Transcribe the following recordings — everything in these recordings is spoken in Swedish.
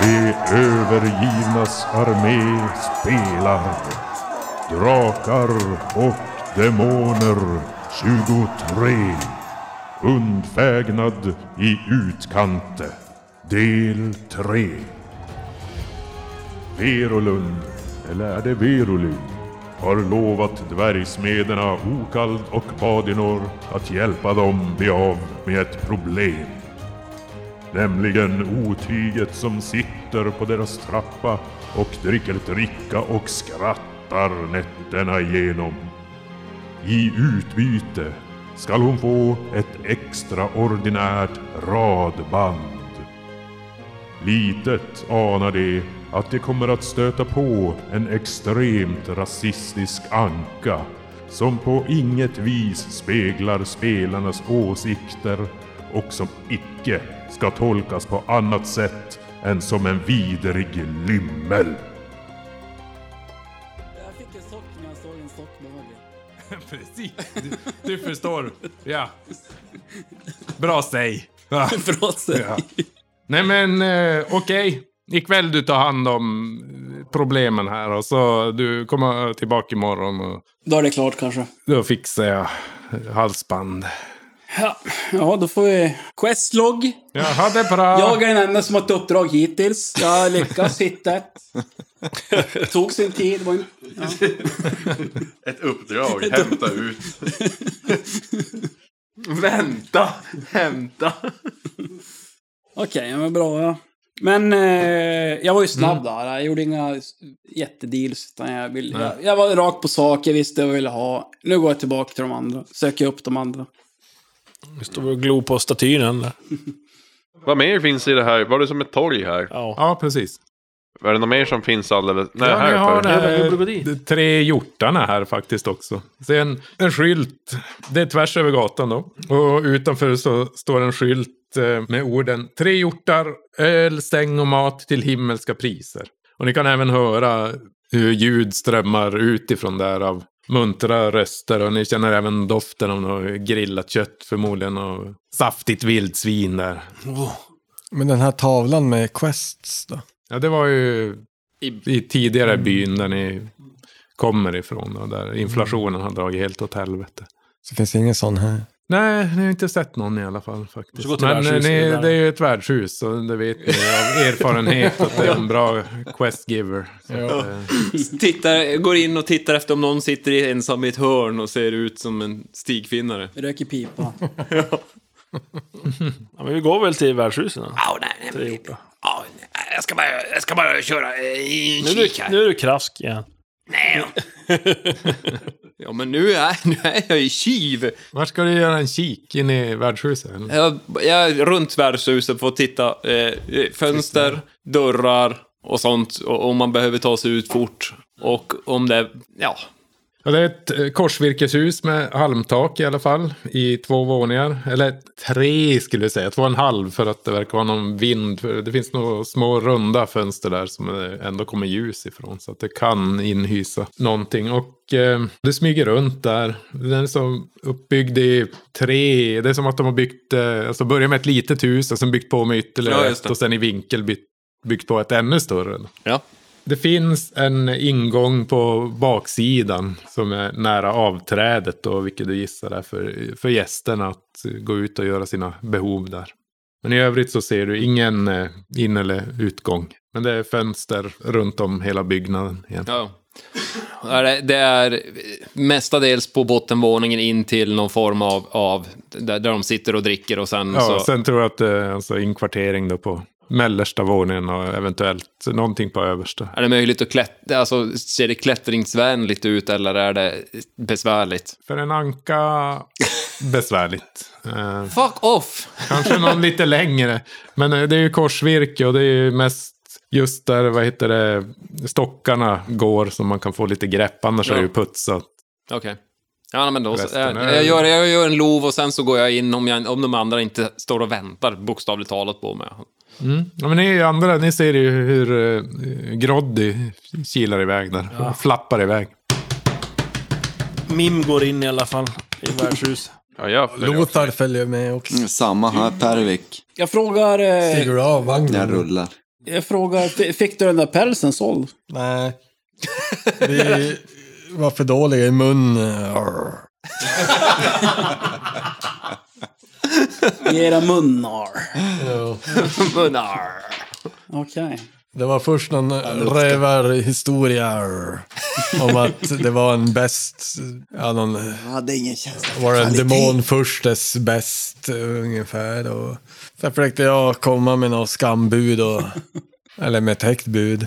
De övergivnas armé spelar. Drakar och demoner 23. Undfägnad i utkante. Del 3. Verolund, eller är det Verolyn, har lovat dvärgsmederna Okald och Badinor att hjälpa dem bli av med ett problem. Nämligen otyget som sitter på deras trappa och dricker dricka och skrattar nätterna igenom. I utbyte skall hon få ett extraordinärt radband. Litet anar de att de kommer att stöta på en extremt rasistisk anka som på inget vis speglar spelarnas åsikter och som icke ska tolkas på annat sätt än som en vidrig lymmel. Jag fick en sock när jag såg en sock med Åge. Precis. Du, du förstår. Ja. Bra säg. Ja. Bra säg. Ja. Nej men eh, okej. Ikväll du tar hand om eh, problemen här och så du kommer tillbaka imorgon och Då är det klart kanske. då fixar jag halsband. Ja, ja då får vi... Questlog. Jaha, det är bra. Jag är den enda som har ett uppdrag hittills. Jag har lyckats hitta ett. Tog sin tid. Var en... ja. Ett uppdrag, hämta ut. Vänta! Hämta! Okej, men bra. Ja. Men eh, jag var ju snabb där. Jag gjorde inga s- jättedeals. Utan jag, ville, jag, jag var rakt på sak. Jag visste vad jag ville ha. Nu går jag tillbaka till de andra. Söker upp de andra. Nu står vi och glor på statyn än där. Vad mer finns i det här? Var det som ett torg här? Ja. Ja, precis. Är det något mer som finns alldeles... Nej, Ja, här ni för. har Eh, det Ja, men här, gå dit. de tre hjortarna här faktiskt också. Sen en skylt, det är tvärs över gatan då. Och utanför så står en skylt eh, med orden Tre hjortar, öl, säng och mat till himmelska priser. Och ni kan även höra hur ljud strömmar utifrån där av muntra röster. Och ni känner även doften av något grillat kött förmodligen och saftigt vildsvin där. Men den här tavlan med quests då? Ja, det var ju i tidigare Mm. byn där ni kommer ifrån. Och där inflationen har dragit helt åt helvete. Så finns det ingen sån här? Nej, ni har inte sett någon i alla fall Så gå faktiskt. till Men eh, värdshuset, ni, det är där. det är ju ett värdshus och det vet ni av erfarenhet att det är en bra questgiver. Så att, eh, Tittar, går in och tittar efter om någon sitter ensam i ett hörn och ser ut som en stigfinnare. Röker pipa. ja men vi går väl till värdshusen då. Åh, nej, nej, Tre hjortar. åh, nej, jag ska bara, jag ska bara köra eh, en Nu är kik du, här. nu är du krask igen. Ja, men nu är, nu är jag i kiv. Var ska du göra en kik in i värdshuset? eller? Jag, jag är runt värdshuset för att titta. Eh, fönster, dörrar och sånt. Och om man behöver ta sig ut fort. Och om det, ja. Ja, det är ett eh, korsvirkeshus med halmtak i alla fall. I två våningar. Eller tre skulle jag säga. Två och en halv för att det verkar vara någon vind. För Det finns några små runda fönster där som eh, ändå kommer ljus ifrån. Så att det kan inhysa någonting. Och eh, det smyger runt där. Den är som uppbyggd i tre. Det är som att de har byggt. Eh, alltså börjar med ett litet hus och sen byggt på med ytterligare Ja, just ett. det. Och sen i vinkel bytt, byggt på ett ännu större. Ja. Det finns en ingång på baksidan som är nära avträdet då, vilket du gissar är för, för gästerna att gå ut och göra sina behov där. Men i övrigt så ser du ingen eh, in eller utgång. Men det är fönster runt om hela byggnaden. Igen. ja. Ja, Det det är mestadels på bottenvåningen in till någon form av, av där, där de sitter och dricker och sen Ja, så... sen tror jag att det är alltså inkvartering då på mellersta våningen och eventuellt någonting på översta. Är det möjligt att klättra, alltså ser det klättringsvänligt ut eller är det besvärligt? För en anka, besvärligt. Eh, Fuck off! Kanske någon lite längre. Men eh, det är ju korsvirke och det är ju mest just där, vad heter det, stockarna går som man kan få lite grepp. Annars Ja. är det ju putsat. Okej. Ja, men då så. Resten Jag, är- jag, gör, jag gör en lov och sen så går jag in om, jag, om de andra inte står och väntar bokstavligt talat på mig. Ja, men ni är ju andra, ni ser ju hur eh, Groddy kilar iväg där. Flappar iväg. Mim går in i alla fall i värdshus. Ja, jag följer också. Lothar följer med också. Samma här, Pervik. Jag frågar... Eh, Stiger du av Jag vagnen? rullar. Jag frågar, f- fick du den där pälsen såld? Nej. Vi var för dåliga i munnen. I era munnar. Munnar. Okej. Det var först någon rövarhistoria om att det var en bäst, ja någon, Jag hade ingen känsla för var det en kvalitet. demon förstes bäst eh, ungefär. Och sen försökte jag komma med något skambud och, eller med ett högt bud.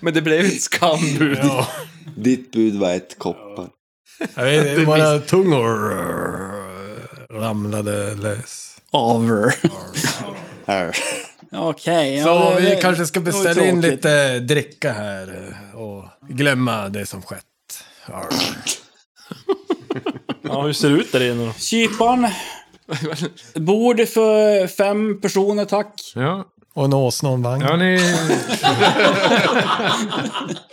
Men det blev ett skambud. Ditt bud var ett koppar. Jag vet, inte, våra tungor eh, ramlade lös. Aver. Här. Okej. ja, Så det- vi det- kanske ska det var ju beställa in tråkigt. lite dricka här eh, och glömma det som skett. Arr. Ja, hur ser det ut där inne då? Kyparen. Bord för fem personer, tack. Ja, Och en åsna och en vagn. ja ni,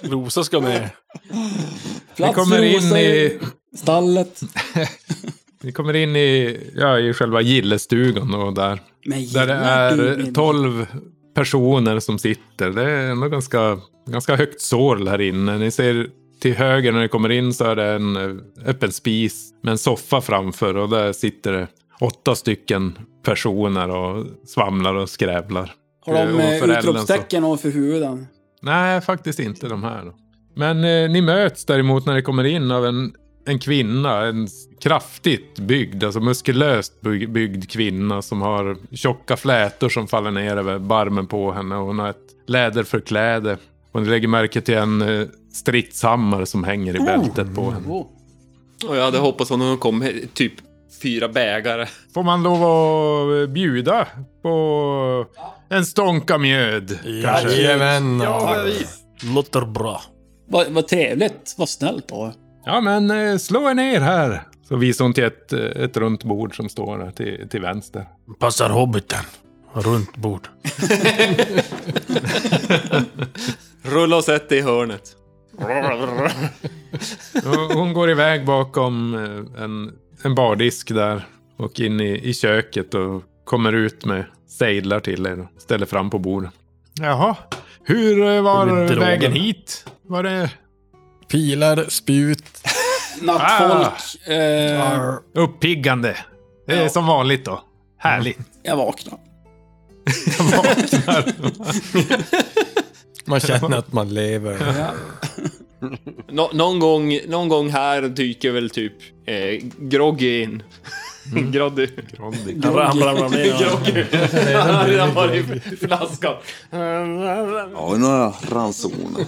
Rosa ska med. ni Plats kommer in Rosa i... stallet. Ni kommer in i, ja, i själva gillestugan och där. Men Där det är jävlar, 12 personer som sitter. Det är ändå ganska, ganska högt sorl här inne. Ni ser till höger när ni kommer in så är det en eh, öppen spis med en soffa framför och där sitter det åtta stycken personer och svamlar och skrävlar. Har de Eh, och eh, för elden så- utropstecken ovanför huvuden? Nej, faktiskt inte de här. Då. Men eh, ni möts däremot när ni kommer in av en, en kvinna. En s- kraftigt byggd, alltså muskulöst byg- byggd kvinna som har tjocka flätor som faller ner över barmen på henne. Och hon har ett läderförkläde. Och ni lägger märke till en eh, stridshammare som hänger i bältet på henne. Oh. Och jag hade hoppats att hon kom med typ fyra bägare. Får man lov att eh, bjuda på en stånka mjöd? Kanske? Jajamän. Låter bra. Vad, vad trevligt, vad snällt då. Ja, men eh, slå er ner här. Så visar hon till ett, eh, ett runt bord som står där till, till vänster. Passar hobbiten. Runt bord. Rulla och sätt dig i hörnet. Och hon går iväg bakom eh, en, en bardisk där och in i, i köket och kommer ut med sejdlar till er och ställer fram på bordet. Jaha, hur eh, Med var droger. vägen hit? Var det Pilar, spjut. Ah. Nattfolk. Eh, Arr. uppiggande? Det är som vanligt då. Härligt. jag vaknar. Man känner att man lever. Nå- någon, gång, någon gång här dyker väl typ eh, Groggy in. Mm. Groddy. Ram, ram, ram, ner. Groggy. Han har redan varit i flaskan. Ja, nu har jag ransoner.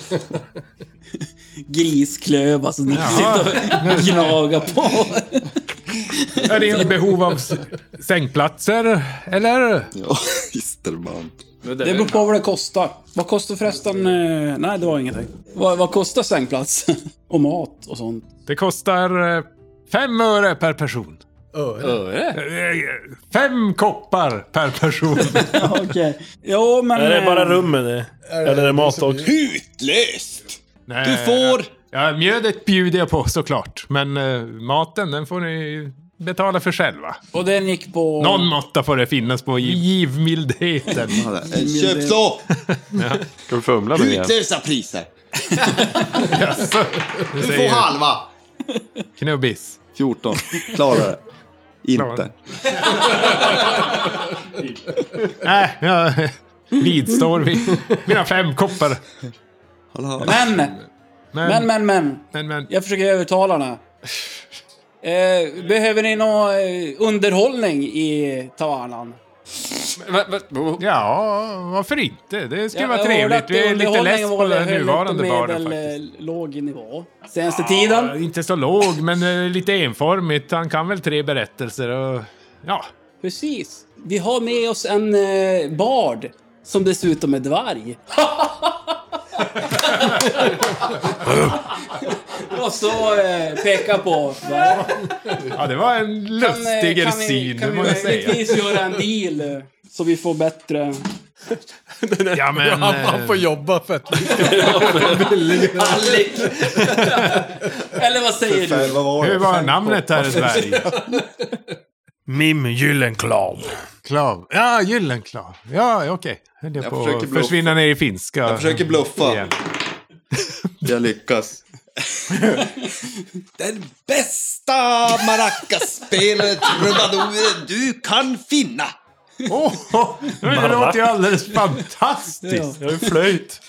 Grisklöv, alltså. Ni sitter och gnagar på. Är det i behov av s- sängplatser? Eller? Ja, isterband. Det beror på vad det kostar. Vad kostar förresten... Eh, nej, det var ingenting. Vad, vad kostar sängplats? och mat och sånt. Det kostar eh, fem öre per person. Öre? Eh, Fem koppar per person. Okej. Jo, men... Är det eh, bara rummet det? Eller är det mat också? Utlöst! Nej, Du får... Ja, mjödet bjuder jag på såklart. Men eh, maten, den får ni betala för själva. Mm. Och den gick på... Någon måtta får det finnas på giv- givmildheten. Köp då! Ska vi fumla nu igen? Utlösa priser! Du Du får säger halva! knubbis. 14. Klarar det. Inte. Nej, jag vidstår vid mina fem koppar. Hallå. Men, Men, men, men, men. men, men. Jag försöker övertala henne. Eh, behöver ni någon eh, underhållning i tavernan? Va- va- Ja, varför inte? Det skulle Jag- vara jag hörde trevligt. att Vi är lite underhållningen less på var den höll nuvarande på baren medel, faktiskt. eh, Låg nivå. Senaste tiden. Ja, Inte så låg, men eh, lite enformigt. Han kan väl tre berättelser och... Ja, Precis. Vi har med oss en eh, bard som dessutom är dvärg. Och så eh, peka på... va? ja det var en lustig eh, kan vi, syn, det kan vi må jag säga. möjligtvis göra en deal eh, så vi får bättre... Ja, men... eh, Man får jobba för att... Eller vad säger du? Vad var Hur var namnet här i Sverige? Mim Gyllenklav. Klav. Ja, Gyllenklav. Ja, okej. Höll jag, Jag på att försöker bluffa. försvinna ner i finska. Jag försöker bluffa. igen. Jag lyckas. Den bästa maracasspelaren, trubaduren, du kan finna! Åh, det låter ju alldeles fantastiskt! Jag har ju flöjt.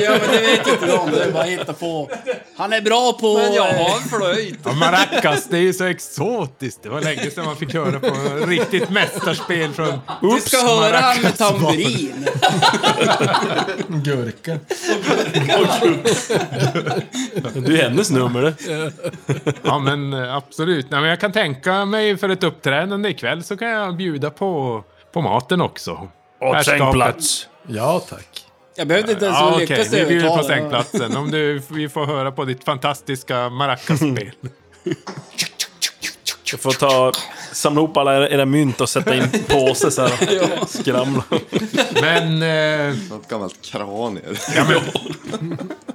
Ja, men det vet inte de. Det är bara att hitta på. Han är bra på... eh, Men jag har en flöjt. Ja, maracas, det är ju så exotiskt. Det var länge sedan man fick höra på ett riktigt mästarspel från Du ska höra han med tamburin. Gurka. Du är hennes nummer det. Ja, men eh, absolut. Nej, men jag kan tänka mig för ett uppträdande ikväll så kan jag bjuda på, på maten också. Och Herrskapet. sängplats. Ja, tack. Jag behövde inte ens Ja, okej, lyckas vi bjuder på övertala. sängplatsen. Om du, vi får höra på ditt fantastiska maracaspel. Du får ta, samla ihop alla era- era mynt och sätta i en påse så här. Skramla. Men eh, Något gammalt kranier.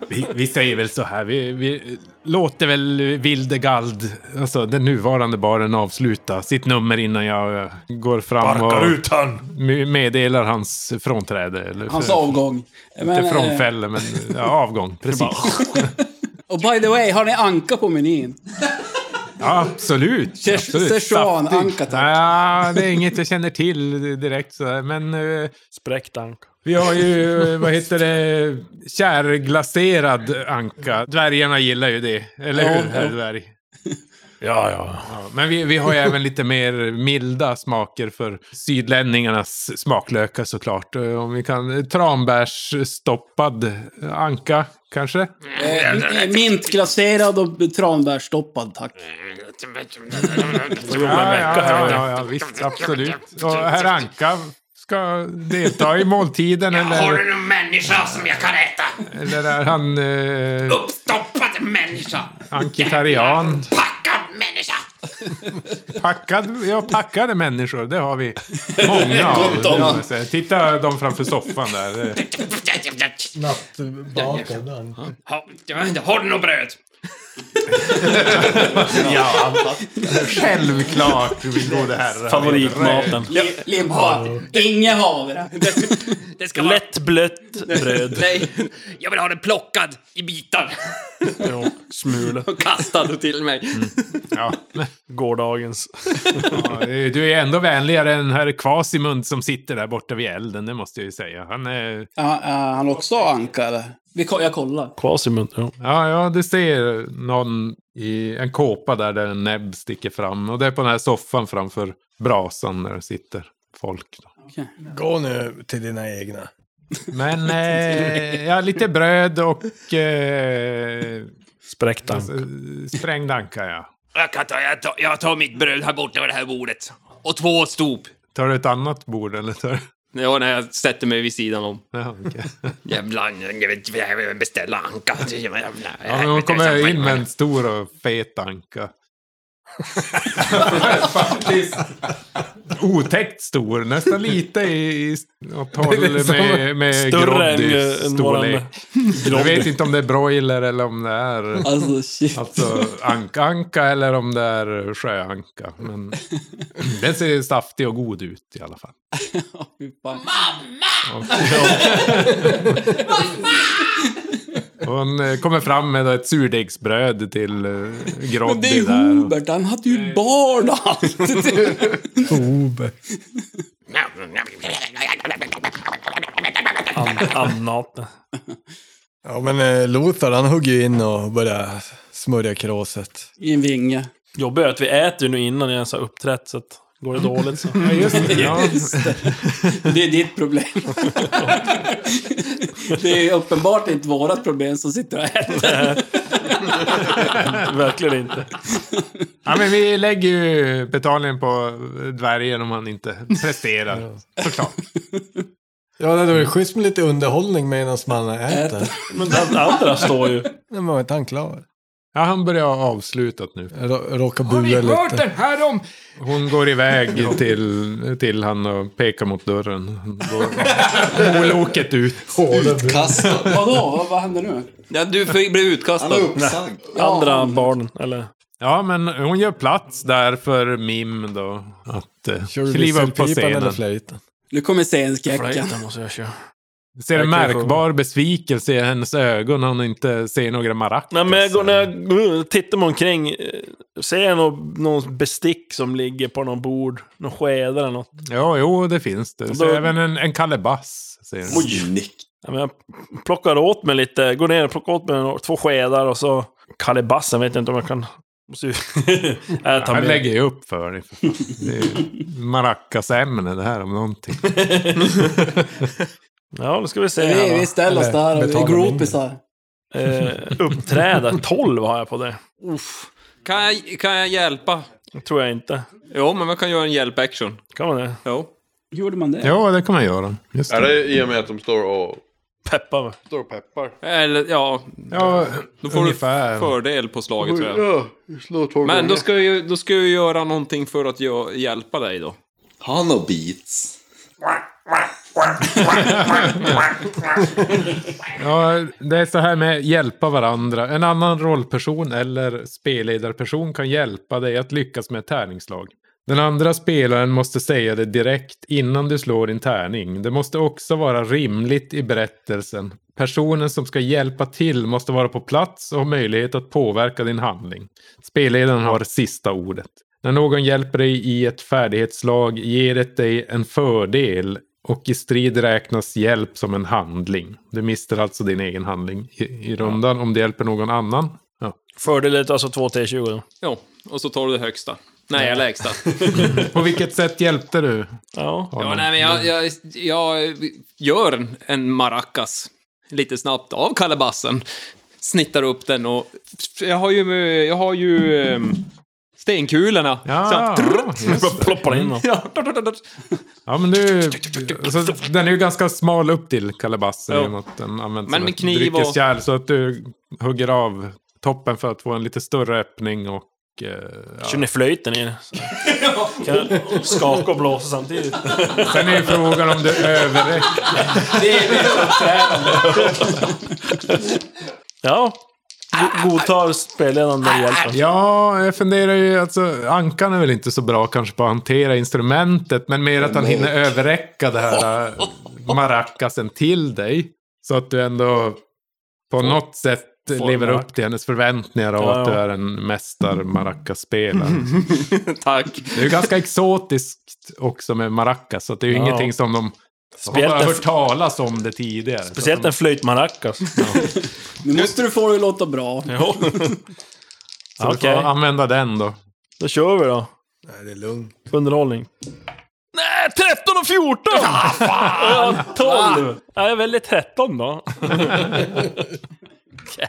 vi, vi säger väl så här, vi, vi låter väl Vildegald, alltså den nuvarande baren, avsluta sitt nummer innan jag eh, går fram Sparkar och ut han! me- meddelar hans frånträde. Eller Hans för- avgång. Men, Inte eh, frånfälle, men ja, avgång. Precis. och by the way, har ni anka på menyn? Ja, absolut. Szechuan, absolut. Szechuan, Saftigt. anka, tack. Ja, det är inget jag känner till direkt. Så här. Men eh, Spräckt anka. vi har ju, eh, vad heter det, kärglaserad anka. Dvärgarna gillar ju det, eller hur, herr dvärg? Ja, ja. Ja, men vi, vi har ju även lite mer milda smaker för sydlänningarnas smaklökar såklart. Eh, Om vi kan, tranbärsstoppad anka kanske? Eh, mintglaserad och tranbärsstoppad, tack. Ja, ja, ja, ja, ja, visst, absolut. Och herr Anka ska delta i måltiden Har eller, du någon människa som jag kan äta? eller är han eh, Uppstoppad människa! ankitarian? Packad människa! Packad, ja, packade människor, det har vi många av. det får man säga. Titta de framför soffan där. Nattbakad. Ha- Har du något bröd? Ja, självklart min gode herre. Favoritmaten. Le- Limpa. Inge havre. Det ska vara... Lätt blött bröd. Nej, jag vill ha det plockad i bitar Jo, smula. och kastad till mig. Ja, Gårdagens. ja, du är ändå vänligare än herr Kvasimund som sitter där borta vid elden, det måste jag ju säga. Han är Ja, eh, han också anka, eller? Vi, ko- jag kollar. Kvasimund. Ja. Ja, ja, du ser någon i en kåpa där, där en näbb sticker fram. Och det är på den här soffan framför brasan där det sitter folk. Då. Gå nu till dina egna. Men eh, ja, lite bröd och eh, Spräckt alltså, anka. sprängd anka, ja. Jag, kan ta, jag, tar, jag tar mitt bröd här borta vid det här bordet. Och två stop. Tar du ett annat bord eller? Tar... Ja, när jag sätter mig vid sidan om. Ja, okej. Jävlar, jag vill- jag vill beställa anka. ja, men hon kommer in med en stor och fet anka. Faktiskt otäckt stor, nästan lite i, i åt håll med, med Större än, Groddys eh, än våran... storlek. Jag vet inte om det är broiler eller om det är Alltså, shit. alltså, anka-anka eller om det är sjöanka. Men den ser saftig och god ut i alla fall. Fy fan. Och Hon eh, kommer fram med ett surdegsbröd till eh, Men det är Groddy ju där. Och, Hubert, han hade ju barn och allt. Obe. Annat. Ja, men eh, Lothar han hugger ju in och börjar smörja kråset. I en vinge. Jobbigt är att vi äter ju nu innan jag ens har uppträtt, så att går det dåligt så... ja, just det. Ja. Det är ditt problem. Det är uppenbart inte vårat problem som sitter och äter. Verkligen inte. ja, men vi lägger ju betalningen på dvärgen om han inte presterar. Såklart. Ja, det är schysst med lite underhållning medan man äter. Men den andra står ju... Nej, men var inte han klar? Ja, han börjar ha avslutat nu. Rå- Råkar bua lite. här om... Hon går iväg till, till han och pekar mot dörren. Hon Går moloket ut. Utkastad. Vadå? Vad, vad händer nu? Ja, du fick- blev Han är utkastad. uppsagd. Andra barnen, eller? Ja, men hon gör plats där för Mim då. Att eh, Kör du kliva upp på visselpipan eller scenen. flöjten? Nu kommer scenskräcken. Flöjten måste jag köra. Ser en Jag kan få- märkbar besvikelse i hennes ögon när hon inte ser några maracas. Nej, men jag går, när jag uh, tittar mig omkring, eh, ser jag någon, någon bestick som ligger på någon bord? Någon sked eller något? Ja, jo, det finns det. Du ser Då- även en, en kalebass. Ser du. Nick. Ja, men jag plockar åt mig lite, går ner och plockar åt mig några- två skedar och så... Kalebassen vet jag inte om jag kan... Måste ju äta Han mer. lägger ju upp för dig. för fan. Det är ju maracasämne det här om någonting. Ja, då ska vi se här Vi, va. vi ställer oss Eller där och vi är betala groupisar. Eh, uppträda, 12 har jag på det. Uff. Kan, jag, kan jag hjälpa? Det tror jag inte. Jo, men man kan göra en hjälp-action. Kan man det? Jo. Gjorde man det? Ja, det kan man göra. Just Är det. det i och med att de står och, Peppa va? står och peppar? Eller ja, Ja, då får ungefär. du fördel på slaget tror jag. Ja, slå tolv Men då ska, jag, då ska jag göra någonting för att jag, hjälpa dig då. Har han några beats? Ja, det är så här med hjälpa varandra. En annan rollperson eller spelledarperson kan hjälpa dig att lyckas med ett tärningsslag. Den andra spelaren måste säga det direkt innan du slår din tärning. Det måste också vara rimligt i berättelsen. Personen som ska hjälpa till måste vara på plats och ha möjlighet att påverka din handling. Spelledaren har sista ordet. När någon hjälper dig i ett färdighetslag ger det dig en fördel och i strid räknas hjälp som en handling. Du mister alltså din egen handling i, i rundan om du hjälper någon annan. Ja. Fördel är alltså 2 T20 då. Jo, och så tar du det högsta. Nej, jag lägsta. På vilket sätt hjälpte du? Ja. Ja, nej, men jag, jag, jag gör en, en maracas lite snabbt av kalabassen. Snittar upp den och... Jag har ju... Jag har ju ehm, stenkulorna. Så Ja, jag- just det. Ploppar in dem. Ja, dot, dot, dot. ja, men du... Alltså, den är ju ganska smal upp till kalabassen. Ja. genom att Den används Men som med ett kniv och- dryckeskärl. Så att du hugger av toppen för att få en lite större öppning. Och, eh, ja. Kör ner flöjten i det. Så. Kan jag skaka och blåsa samtidigt. Sen är ju frågan om du överräcker. Ja. Go- Godtar spelledaren den hjälpen. Ja, jag funderar ju, alltså Ankan är väl inte så bra kanske på att hantera instrumentet, men mer att han hinner överräcka det här äh, maracasen till dig. Så att du ändå på något sätt lever upp till hennes förväntningar av Ja, att du ja. är en mästar maracaspelare. Tack. Det är ju ganska exotiskt också med maracas, så att det är ju Ja. ingenting som de... De har Speciellt bara en- hört talas om det tidigare. Speciellt en flöjtmaracas. Nu måste du få det att låta bra. Jo. Så du Okej. får använda den då. Då kör vi då. Nej, det är lugnt. Underhållning. Nej, 13 och 14! Ah, fan! 12! Ja, jag väljer 13 då.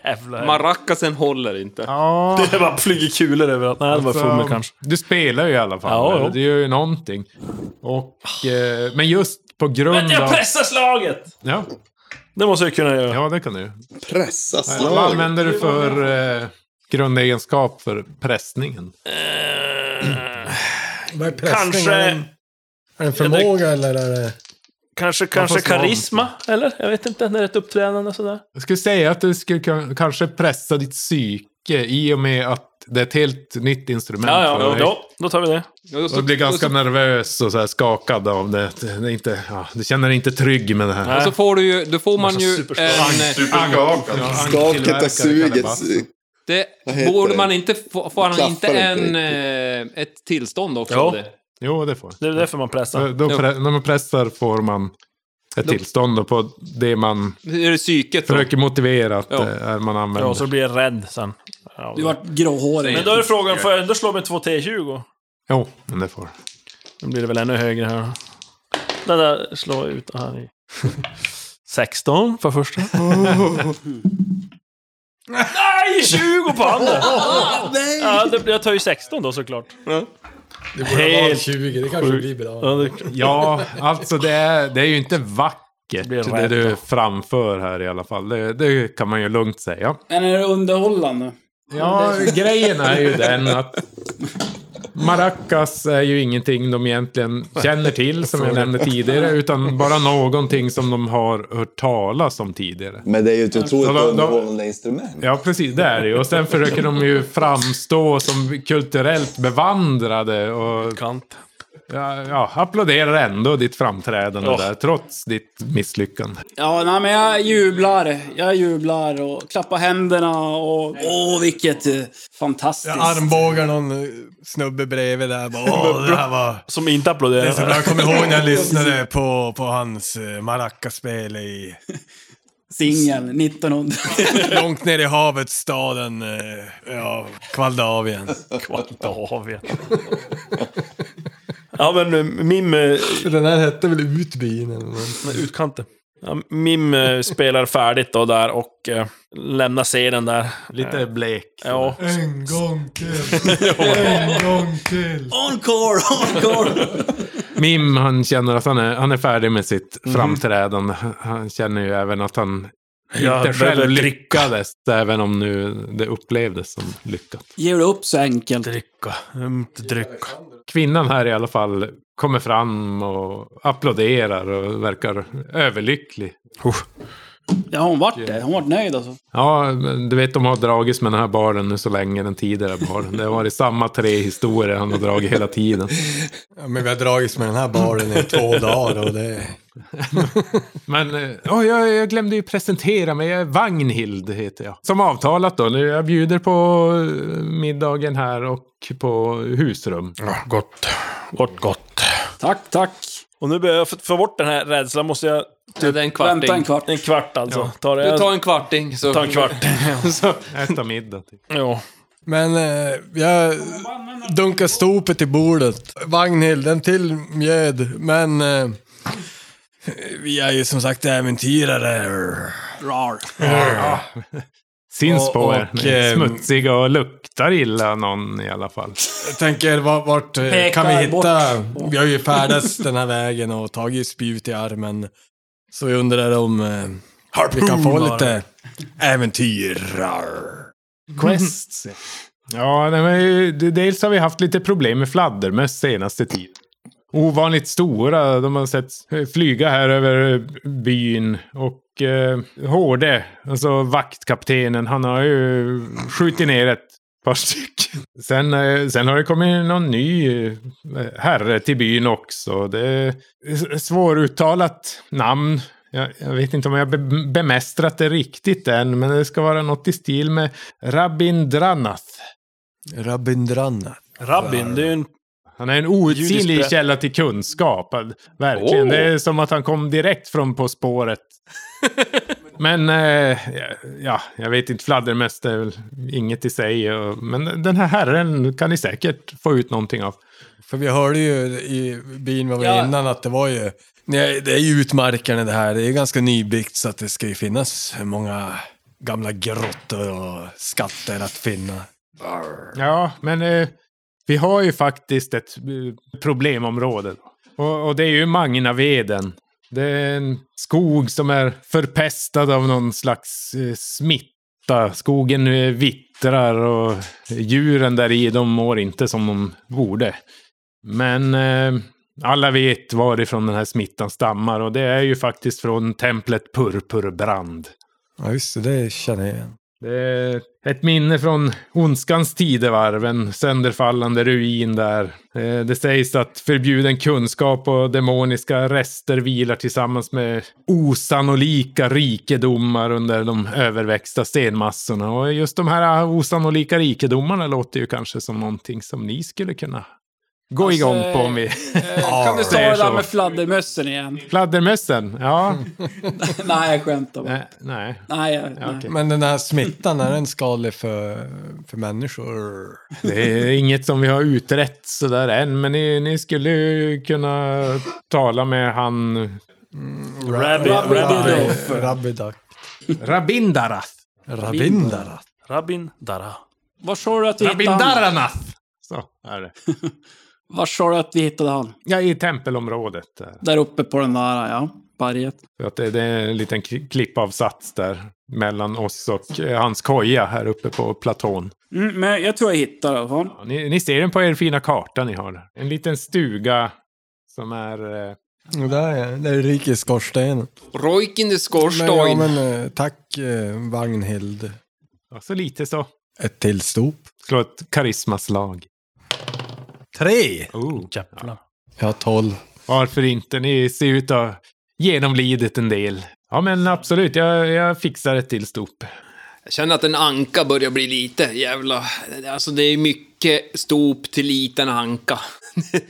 Jävlar. Maracasen håller inte. Ja, det bara flyger kulor överallt. Nej, det var Alltså, fumle kanske. Du spelar ju i alla fall. Ja, eller? jo. Du gör ju någonting. Och, eh, men just på grund Jag av... pressar slaget! Ja, Det måste jag kunna göra. ja, det kan du. Pressa Vad slag. använder du för eh, grundegenskap för pressningen? Eh, Vad är pressning? Kanske- Är det- Är det en förmåga eller är det... Kanske, kanske slag. karisma, eller? Jag vet inte, när det är ett uppträdande sådär. Jag skulle säga att du skulle kan- kanske pressa ditt psyke i och med att det är ett helt nytt instrument Ja, ja, för då, dig. då, då tar vi det. Ja, Och du blir ganska och så, nervös och så här skakad av det. det är inte, ja, du känner dig inte trygg med det här. och så Alltså får du ju... Då får man ju superslag. en... Superskakad. Ja, Skaket anktillverkare och suget. kalabas. Det, Vad heter borde det? man inte... få- Får han Klaffar inte inte en... eh, Ett tillstånd också? Ja. av det? Jo, det får jag. Det är därför man pressar. Eh, Då, Jo. pre- när man pressar får man ett tillstånd då på det man Är det psyket då? försöker motivera att Ja. det är man använder. Ja, så blir jag rädd sen. Ja, Du vart gråhårig. Men då är frågan, får jag ändå slå med 2 T20? Jo, men det får Då blir det väl ännu högre här. Den där slår jag ut här i. 16 för första. Nej, 20 på handen! Ja, det, jag tar ju 16 då såklart. Det borde vara Helt 20, det kanske blir bra. Ja, det, Ja, alltså det är, det är ju inte vackert blir det rätt du framför här i alla fall. Det, det kan man ju lugnt säga. Men är det underhållande? Ja, grejen är ju den att Maracas är ju ingenting de egentligen känner till, som jag nämnde tidigare, utan bara någonting som de har hört talas om tidigare. Men det är ju ett otroligt Ja, då- då- underhållande instrument. Ja, precis. Det är det ju. Och sen försöker de ju framstå som kulturellt bevandrade. Och, kant. Jag, jag applåderar ändå ditt framträdande Ja. där, trots ditt misslyckande. Ja, nej, men jag jublar. Jag jublar och klappar händerna och... Åh, vilket eh, fantastiskt. Jag armbågar någon eh, snubbe bredvid där. Bara, Åh, det här var... Som inte Det är så bra. applåderar. Jag kommer ihåg när jag lyssnade på, på hans eh, maracaspel i... Singeln 1900. Långt ner i havet, staden... eh, Ja, Kvaldavien. David. Ja men eh, Mim, eh, Den här hette väl Utbyn eller utkanten. Ja, Mim eh, spelar färdigt då där och eh, lämnar scenen där. Eh, Lite blek. Ja, En gång till. En gång till. Encore, encore! Mim, han känner att han är, han är färdig med sitt framträdande. Han känner ju även att han inte jag själv behöver dricka. lyckades, även om nu det upplevdes som lyckat. Ger du upp så enkelt? Dricka, inte dricka. Kvinnan här i alla fall kommer fram och applåderar och verkar överlycklig. Ja, hon vart det. Hon vart nöjd alltså. Ja, men du vet de har dragits med den här baren nu så länge, den tidigare baren. Det har varit samma tre historier han har dragit hela tiden. Ja, men vi har dragits med den här baren i två dagar och det... Men eh, åh, jag, jag glömde ju presentera mig. Jag är Vagnhild heter jag. Som avtalat då. Nu jag bjuder på eh, middagen här och på husrum. Gott, gott, gott. Tack, tack. Och nu behöver jag för- få bort den här rädslan, måste jag... Det är en Vänta en kvarting. kvart. En kvart alltså. Tar det, Du tar en kvarting så... Ta en kvart. så Äta middag. Typ. ja. Men eh, jag dunkar stopet i bordet. Vagnhild, en till mjöd. Men eh, vi är ju som sagt äventyrare. Rar. Syns Och- på er. och, Ni är ehm, Smutsiga och luktar illa någon i alla fall. Jag tänker, vart, vart eh, kan vi Pekar hitta... Vi har ju färdats den här vägen och tagit spjut i armen. Så jag undrar om eh, vi kan få lite äventyrar. Quests. Ja, nej, men eh, d- dels har vi haft lite problem med fladdermöss senaste tiden. Ovanligt stora. De har sett eh, flyga här över eh, byn. Och eh, HD, alltså vaktkaptenen, han har ju skjutit ner ett par stycken. Sen, eh, sen har det kommit någon ny eh, herre till byn också. Det är s- svåruttalat namn. Jag, jag vet inte om jag be- bemästrat det riktigt än, men det ska vara något i stil med Rabindranath. Rabindrana. Rabin, det är ju en... Han är en outsinlig Judisk- källa till kunskap. eh, Verkligen. Åh. Det är som att han kom direkt från På spåret. men eh, ja, jag vet inte. Fladdermöss är väl inget i sig. Och, men den här herren kan ni säkert få ut någonting av. För vi hörde ju i byn vi var Ja. innan att det var ju... Nej, det är ju utmarkerna det här. Det är ju ganska nybyggt så att det ska ju finnas många gamla grottor och skatter att finna. Ja, men eh, vi har ju faktiskt ett eh, problemområde. Och, och det är ju Magnaveden. Det är en skog som är förpestad av någon slags eh, smitta. Skogen eh, vittrar och djuren där i de mår inte som de borde. Men eh, alla vet varifrån den här smittan stammar och det är ju faktiskt från templet Purpurbrand. Ja, just det. Det känner jag igen. Det är ett minne från ondskans tidevarv, en sönderfallande ruin där. Eh, Det sägs att förbjuden kunskap och demoniska rester vilar tillsammans med osannolika rikedomar under de överväxta stenmassorna. Och just de här osannolika rikedomarna låter ju kanske som någonting som ni skulle kunna gå Alltså, igång på om vi... Eh, Kan du ta Det är det där så. med fladdermössen igen? Fladdermössen? Ja. Nej, jag skämtar bara. Nej, nej. Nej, jag- nej. okej. Men den här smittan, är den skadlig för, för människor? Det är inget som vi har utrett sådär än, men ni, ni skulle ju kunna tala med han Rabin. Rabin. Rabin. Rabidoff. Rabidoff. Rabindarath. Rabindarat. Rabin Dara. Var sa du att vi hittade han? Rabindaranath! Så är det. Var sa du att vi hittade han? Ja, i tempelområdet. Där. Där uppe på den där, ja. Berget. För att det, det är en liten k- klippavsats där mellan oss och eh, hans koja här uppe på platån. Mm, men jag tror jag hittar i alla fall. Ja, Ni, ni ser den på er fina karta ni har. där. En liten stuga som är... eh, Det där är det är rik i skorstenen. Rojk in i Men, ja, skorstein. men eh, tack eh, Vagnhild. Ja, så lite så. Ett till stop. Slå ett karismaslag. Tre! Oh. Jävlar. Jag har tolv. Varför inte? Ni ser ut att ha genomlidit en del. Ja, men absolut. Jag, jag fixar ett till stop. Jag känner att en anka börjar bli lite jävla... Alltså det är mycket stop till liten anka.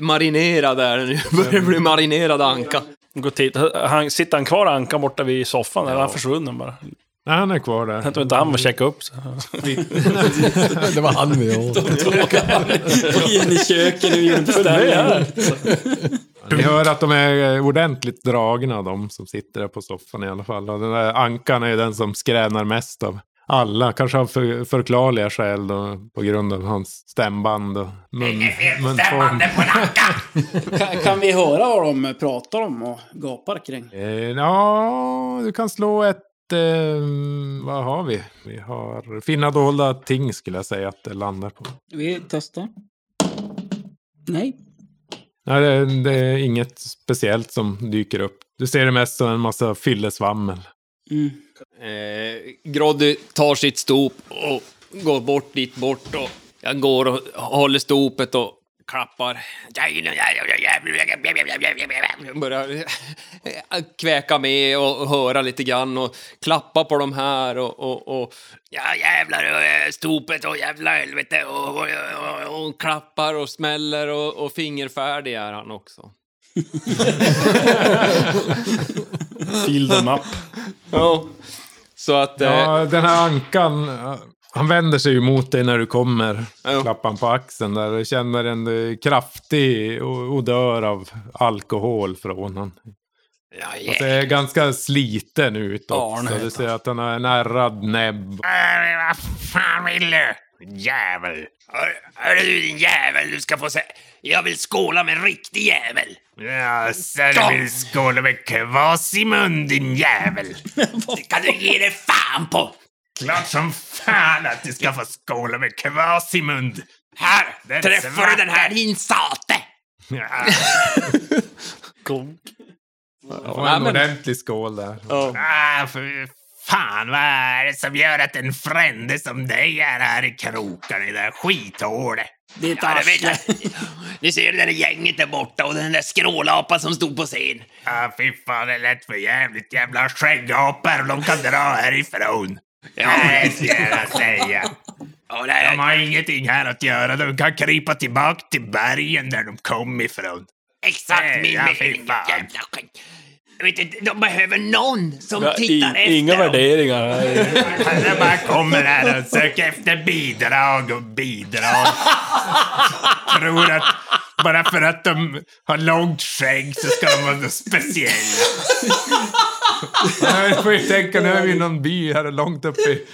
marinerad är den nu. Börjar bli marinerad anka. Gå till, han, sitter han kvar ankan borta vid soffan? Eller är han försvunnen bara? Nej, han är kvar där. Jag tror inte han vill checka upp. så. Det var han vi åt. Och in i köket och gjorde en beställning. Ni hör att de är eh, ordentligt dragna, de som sitter där på soffan i alla fall. Och den där ankan är ju den som skränar mest av alla. Kanske av för, förklarliga skäl då, på grund av hans stämband och mun, munform. Kan, kan vi höra vad de pratar om och gapar kring? Eh, ja, du kan slå ett... Eh, vad har vi? Vi har finna dolda ting skulle jag säga att det landar på. Vi testar. Nej. Nej, det, det är inget speciellt som dyker upp. Du ser det mest som en massa fyllesvammel. Mm. Eh, Groddy tar sitt stop och går bort dit bort och jag går och håller stopet och klappar. Jag Börjar eh, kväka med och höra lite grann och klappa på de här och... och, och ja jävlar, eh, stopet och jävla helvete och, och, och, och klappar och smäller och, och fingerfärdig är han också. Feel them up. Ja. Så att... eh, Ja, den här ankan, eh, han vänder sig ju mot dig när du kommer. Ja. Klappar han på axeln där och känner en eh, kraftig o- odör av alkohol från honom. ja, Han ser ganska sliten ut också. Arne heter du ser att han har en ärrad näbb. Äh, Vad fan vill du? Jävel. Hör, hör du din jävel, du ska få se. Jag vill skåla med en riktig jävel. Ja, så du vill skåla med Kvasimund din jävel. det kan du ge dig fan på. Klart som fan att du ska få skåla med Kvasimund. Här träffar du den här din sate. Han får en ordentlig skål där. Ah, för fan, vad är det som gör att en frände som dig är här i kroken i det där skithålet? Det är ett Ja, det vet arsle. jag. Ni ser det där gänget där borta och den där skrålapan som stod på scen. Ja, fy fan, det lät för jävligt. Jävla skäggapor, de kan dra härifrån. Ja, det ska jag säga. De har ingenting här att göra. De kan krypa tillbaka till bergen där de kom ifrån. Exakt min mening, jävla skägg. Jag vet inte, de behöver någon som Ja, i- Inga värderingar. han bara kommer här och söker efter bidrag och bidrag. Tror att bara för att de har långt skägg så ska de vara något speciella. Nej, jag får ju tänka, nu är vi i någon by här långt uppe i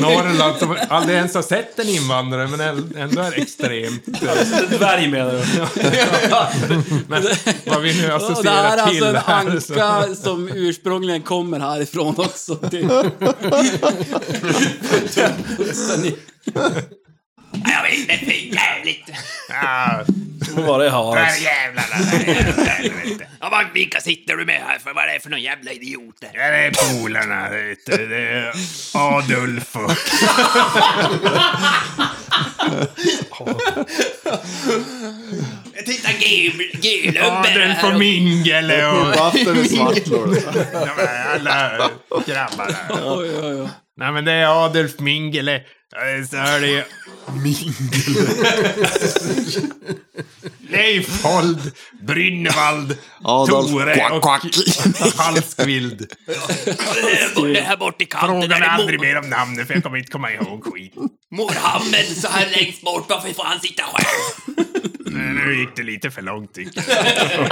Norrland som aldrig ens har sett en invandrare men ändå är extremt. eh. Dvärg menar du? Men vad vi nu Ja, det här är associerar till. alltså en här, så- anka som ursprungligen kommer härifrån också. typ. Till... Sen i- Jag vet inte, det är jävligt. Ja, Får vara i de Haras. här jävlarna. det är jävla helvete. Ja, vad- vilka sitter du med här för? Vad är det för någon jävla idioter? Ja, det är polarna, vet du. Det är Adolf och... Titta, gul- gulubben! Adolf och Mingele och... Vatten i svartlåret. De här alla grabbarna. Oj, oj, oj. Nej men det är Adolf Mingele. Eh, Så är det ju... Mingele. Leifhold, Brynvald, Adolf Tore Quack och Quack. Halskvild. Det här bort i kanten, Fråga där mig är aldrig mer om namnen för jag kommer inte komma ihåg skit. Mohammed så här längst bort, varför får han sitta själv? Men Nu gick det lite för långt tycker jag.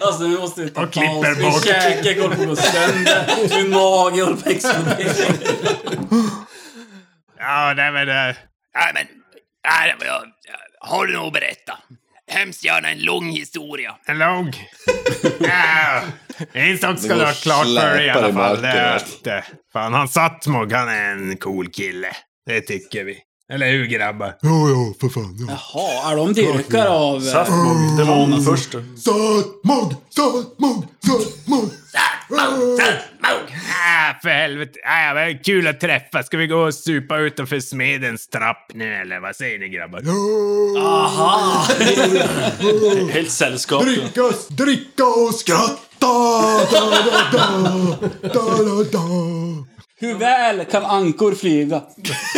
Alltså nu måste vi ta Och klipper paus. Min bort. käke håller på att gå sönder. Min mage håller på att explodera. Ja, nej men... eh, Nej men... Nej, men jag, jag har du nog att berätta. Hemskt gärna en lång historia. En lång? ja, en sak ska går du ha klart för dig i släpar i alla fall. Det är marken, att, eh, fan, han Sattmog, han är en cool kille. Det tycker vi. Eller hur grabbar? Ja, ja, för fan. Ja. Jaha, är de dyrkare av... eh, Saftmog, demonen först. Sötmog, sötmog, sötmog. Ah, för helvete. Ah, vad kul att träffa. Ska vi gå och supa utanför smedens trapp nu eller vad säger ni grabbar? Aha! Helt sällskap. Drickas, dricka och skratta! Da, da, da, da, da, da. Hur väl kan ankor flyga?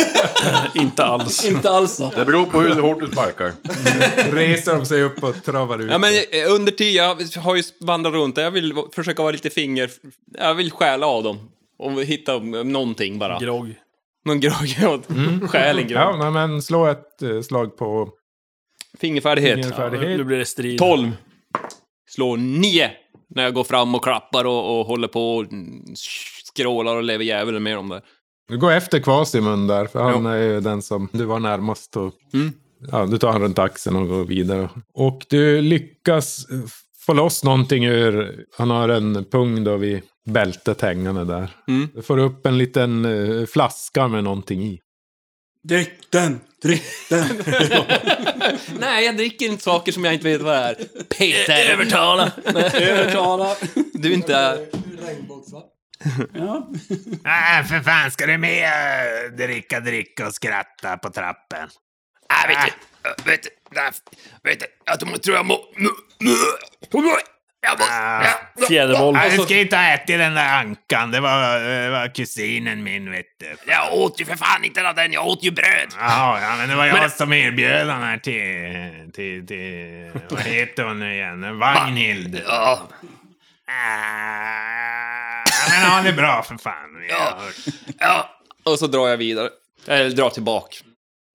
Inte alls. Inte alls då. Det beror på hur hårt du sparkar. Reser de sig upp och travar ut. Ja, men eh, under tiden, jag har ju vandrat runt där. Jag vill v- försöka vara lite finger... Jag vill stjäla av dem. Och hitta eh, någonting bara. Grogg. Någon grogg. ja. Stjäl en grogg. Ja, nej, men slå ett eh, slag på Fingerfärdighet. Nu fingerfärdighet. blir det strid. 12. Slår 9. När jag går fram och klappar och, och håller på och mm, skrålar och lever djävulen med dem där. Du går efter Kvasimund där, för han är ju den som du var närmast. Och, ja, du tar han runt axeln och går vidare. Och du lyckas eh, få loss någonting ur... Han har en pung då vid bältet hängande där. Du får upp en liten eh, flaska med någonting i. Drick den! Drick den! Nej, jag dricker inte saker som jag inte vet vad det är. Peter! Övertala! Övertala. Du är inte... Ja. Ah, för fan, ska du med eh, dricka, dricka och skratta på trappen? Ah, vet du, vet du, vet du, jag tror jag må... Jag må... Fjäderboll. Ja, du ska ju inte ha ätit den där ankan. Det var, eh, det var kusinen min, vet du. Jag åt ju för fan inte av den. Jag åt ju bröd. Jaha, ja, men det var jag som erbjöd den här till... till, till vad heter hon nu igen? Vagnhild. Ja. Ah, men ha det bra för fan. Ja. Och så drar jag vidare. Eller drar tillbaka.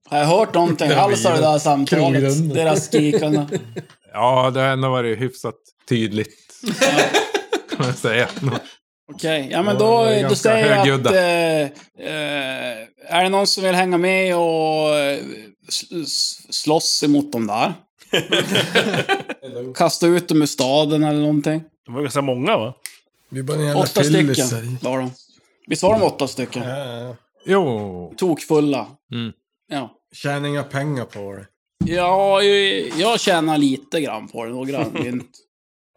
Har jag hört någonting alls av det där samtalet? Deras skrikande. Ja, det har ändå varit hyfsat tydligt. kan jag säga. Okej, ja men Ja, då, det är då ganska säger jag att... högljudda. Eh, eh, är det någon som vill hänga med och eh, sl- s- slåss emot dem där? Kasta ut dem ur staden eller någonting. Det var ganska många va? Vi är bara en jävla Åtta stycken fyllisar. i. var de. Visst var de åtta stycken? Ja, Jo, Tokfulla. Mm. Ja. Tjänar inga pengar på det. Ja, eh, jag tjänar lite grann på det. Några mynt.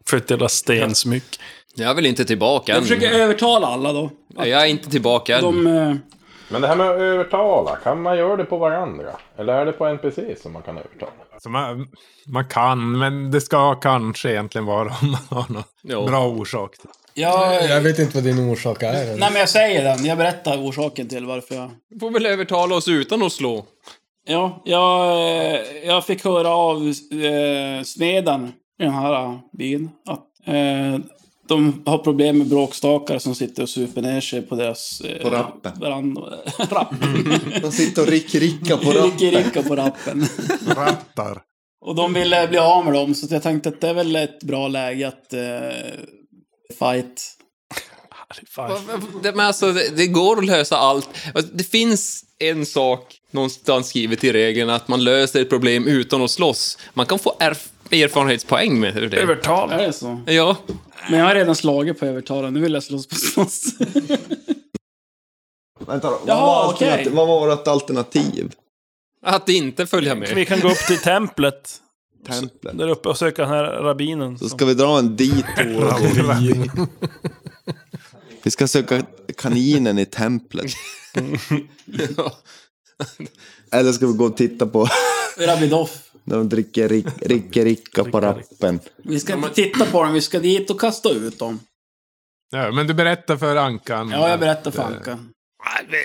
För ett jävla stensmyck. Jag vill inte tillbaka Jag än. försöker övertala alla då. Jag är inte tillbaka än. De... Eh, Men det här med att övertala, kan man göra det på varandra? Eller är det på NPC som man kan övertala? alltså man, man kan, men det ska kanske egentligen vara om man har någon Jo. bra orsak. till. jag, Jag vet inte vad din orsak är. nej men jag säger den. Jag berättar orsaken till varför jag... Vi får väl övertala oss utan att slå. Ja, jag, eh, jag fick höra av eh, smeden i den här eh, byn att eh, de har problem med bråkstakar som sitter och super ner sig på deras... Eh, På rappen. Veranda, rappen. De sitter och rick-ricka på Ricky rappen. Ricka på rappen. Rattar. Och de ville bli av med dem, så att jag tänkte att det är väl ett bra läge att eh, fight. Det, men alltså, det, det går att lösa allt. Alltså, det finns en sak någonstans skrivet i regeln att man löser ett problem utan att slåss. Man kan få erf erfarenhetspoäng med hur det. är. Övertal. Är det så? Ja. Men jag har redan slagit på övertalaren, nu vill jag slåss på slåss. Vänta då. Vad, Jaha, var okej. alternat- vad var ett alternativ? Att inte följa med. Vi kan gå upp till templet. Templet. Där uppe och söka den här rabbinen. Då ska vi dra en detour. vi ska söka kaninen i templet. Eller ska vi gå och titta på Rabidoff. när de dricker rick- rick-ricka på rappen? Vi ska inte titta på dem, vi ska dit och kasta ut dem. Ja, men du berättar för Ankan. Ja, jag berättar att, för eh, Anka.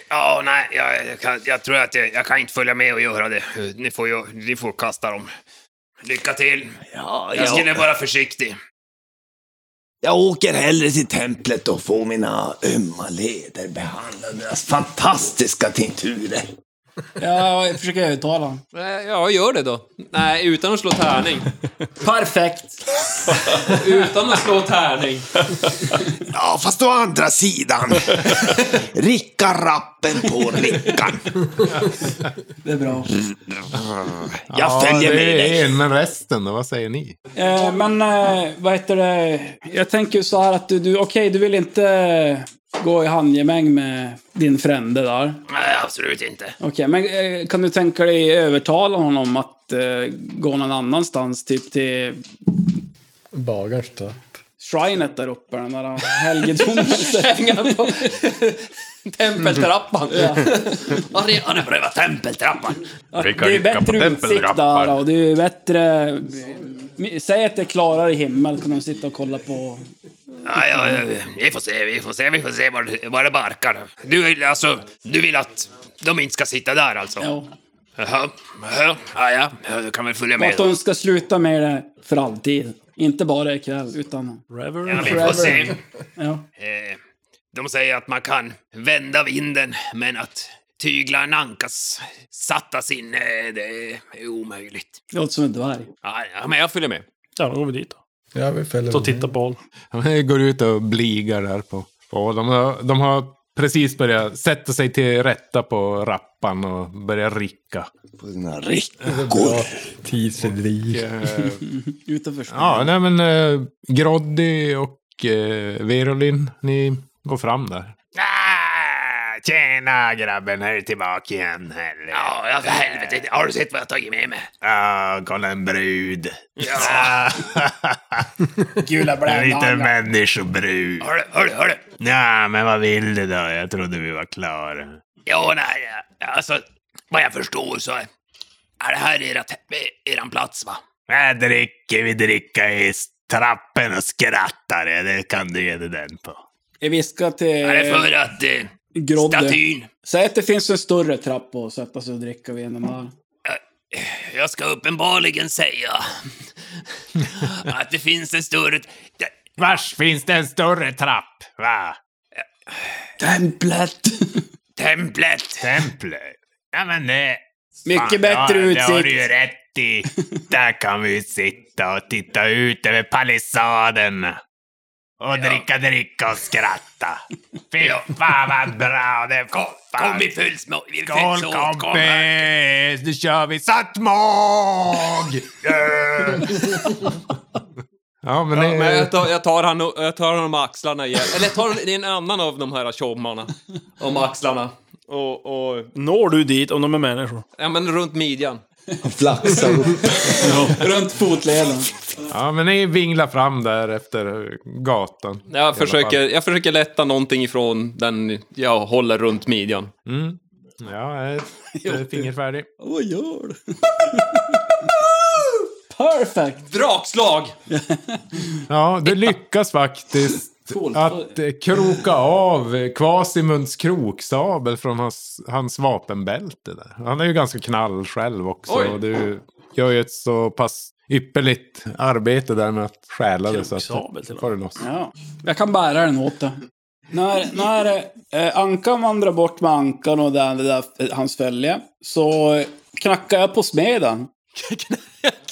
Ja, nej, jag, jag kan, jag tror att jag, jag kan inte följa med och göra det. Ni får, ju, ni får kasta dem. Lycka till. Ja, jag skulle vara försiktig. Jag åker hellre till templet och får mina ömma leder behandlade. Deras fantastiska tinturer. Ja, jag försöker övertala honom. Nej, Ja, gör det då. Nej, utan att slå tärning. Perfekt! Utan att slå tärning. Ja, fast å andra sidan. Ricka rappen på Rickan. Det är bra. Jag Ja, följer med det dig. är en, men resten då? Vad säger ni? Eh, men, eh, vad heter det? Jag tänker ju så här att du, du okej, du vill inte gå i handgemäng med din frände där. Nej, absolut inte. Okej, men eh, kan du tänka dig övertala honom att eh, gå någon annanstans? Typ till Bagarns då. Trinet där uppe, den där helgedomen stänga på. Tempeltrappan. Ja. Har ni, har ni prövat tempeltrappan? Det är bättre utsikt där och det är bättre... eh, Säg att det är klarare himmel, kan de sitta och kolla på... Ja, ja, ja, vi får se, vi får se, vi får se var, var det barkar. Du vill alltså, du vill att de inte ska sitta där alltså? Ja. Jaha, jaha, ja, ja, ja, du kan väl följa Och med att de ska sluta med det för alltid. Inte bara ikväll, utan... Ja, vi får se. Ja. Eh, De säger att man kan vända vinden, men att tygla en ankas satta sinne, det är omöjligt. Det låter som en dvärg. Ja, ja, men jag följer med. Ja, då går vi dit då. Ja, vi fäller Stå och titta på honom. De går ut och bligar där på, på. De, har, de har precis börjat sätta sig till rätta på rappan och börja ricka. På sina Bra tidsfördriv. Utanför Ja, nej men eh, Groddy och eh, Verolin, ni går fram där. Ah, Tjena grabben, här är tillbaka igen. Ja, ja, för helvete. Har du sett vad jag tagit med mig? Ja, kolla en brud. Ja. Gula blödan, En liten ja. människobrud. Hörru, hörru, hörru. Ja, men vad vill du då? Jag trodde vi var klara. Ja, nej, ja. alltså, vad jag förstår så är är det här erat, eran plats, va? Här dricker vi dricka i trappen och skrattar. Ja, det kan du ge dig den på. Jag viskar till... Är det för att... Eh, Grodde. statyn? Säg att det finns en större trappa att sätta sig och dricka vid än den där. jag ska uppenbarligen säga att det finns en större... Vars finns det en större trapp? Va? Templet! Templet! Templet? Ja, men eh, det... Mycket Fan, bättre Ah, ja, Det har utsikt. du ju rätt i. Där kan vi sitta och titta ut över palissaden. Och dricka, dricka och skratta. Fy fan vad bra det kom, Kom, vi följs med... Vi Skål följs åt, kom här. kompis! Nu kör vi Sattmag! Ja, men, Ja, ni- men jag, tar, jag, tar han, och- jag tar honom med axlarna igen. Eller jag tar en annan av de här tjommarna. Om axlarna. Och, och... Når du dit om de är människor? Ja, men runt midjan. Flaxa upp. Runt fotleden. Ja, men ni vinglar fram där efter gatan. I alla Jag försöker, fall. jag försöker lätta någonting ifrån den jag håller runt midjan. Mm. Ja, ett eh, fingerfärdig. Vad gör du? Perfect! Drakslag! Ja, du lyckas faktiskt att eh, kroka av eh, Quasimunds kroksabel från hans, hans vapenbälte. Där. Han är ju ganska knall själv också. Oj. Och du gör ju ett så pass ypperligt arbete där med att stjäla det. Så att Kroksabel får du loss. Ja. Jag kan bära den åt dig. När, när eh, Ankan vandrar bort med Ankan och där, det där, eh, hans följe så knackar jag på smeden.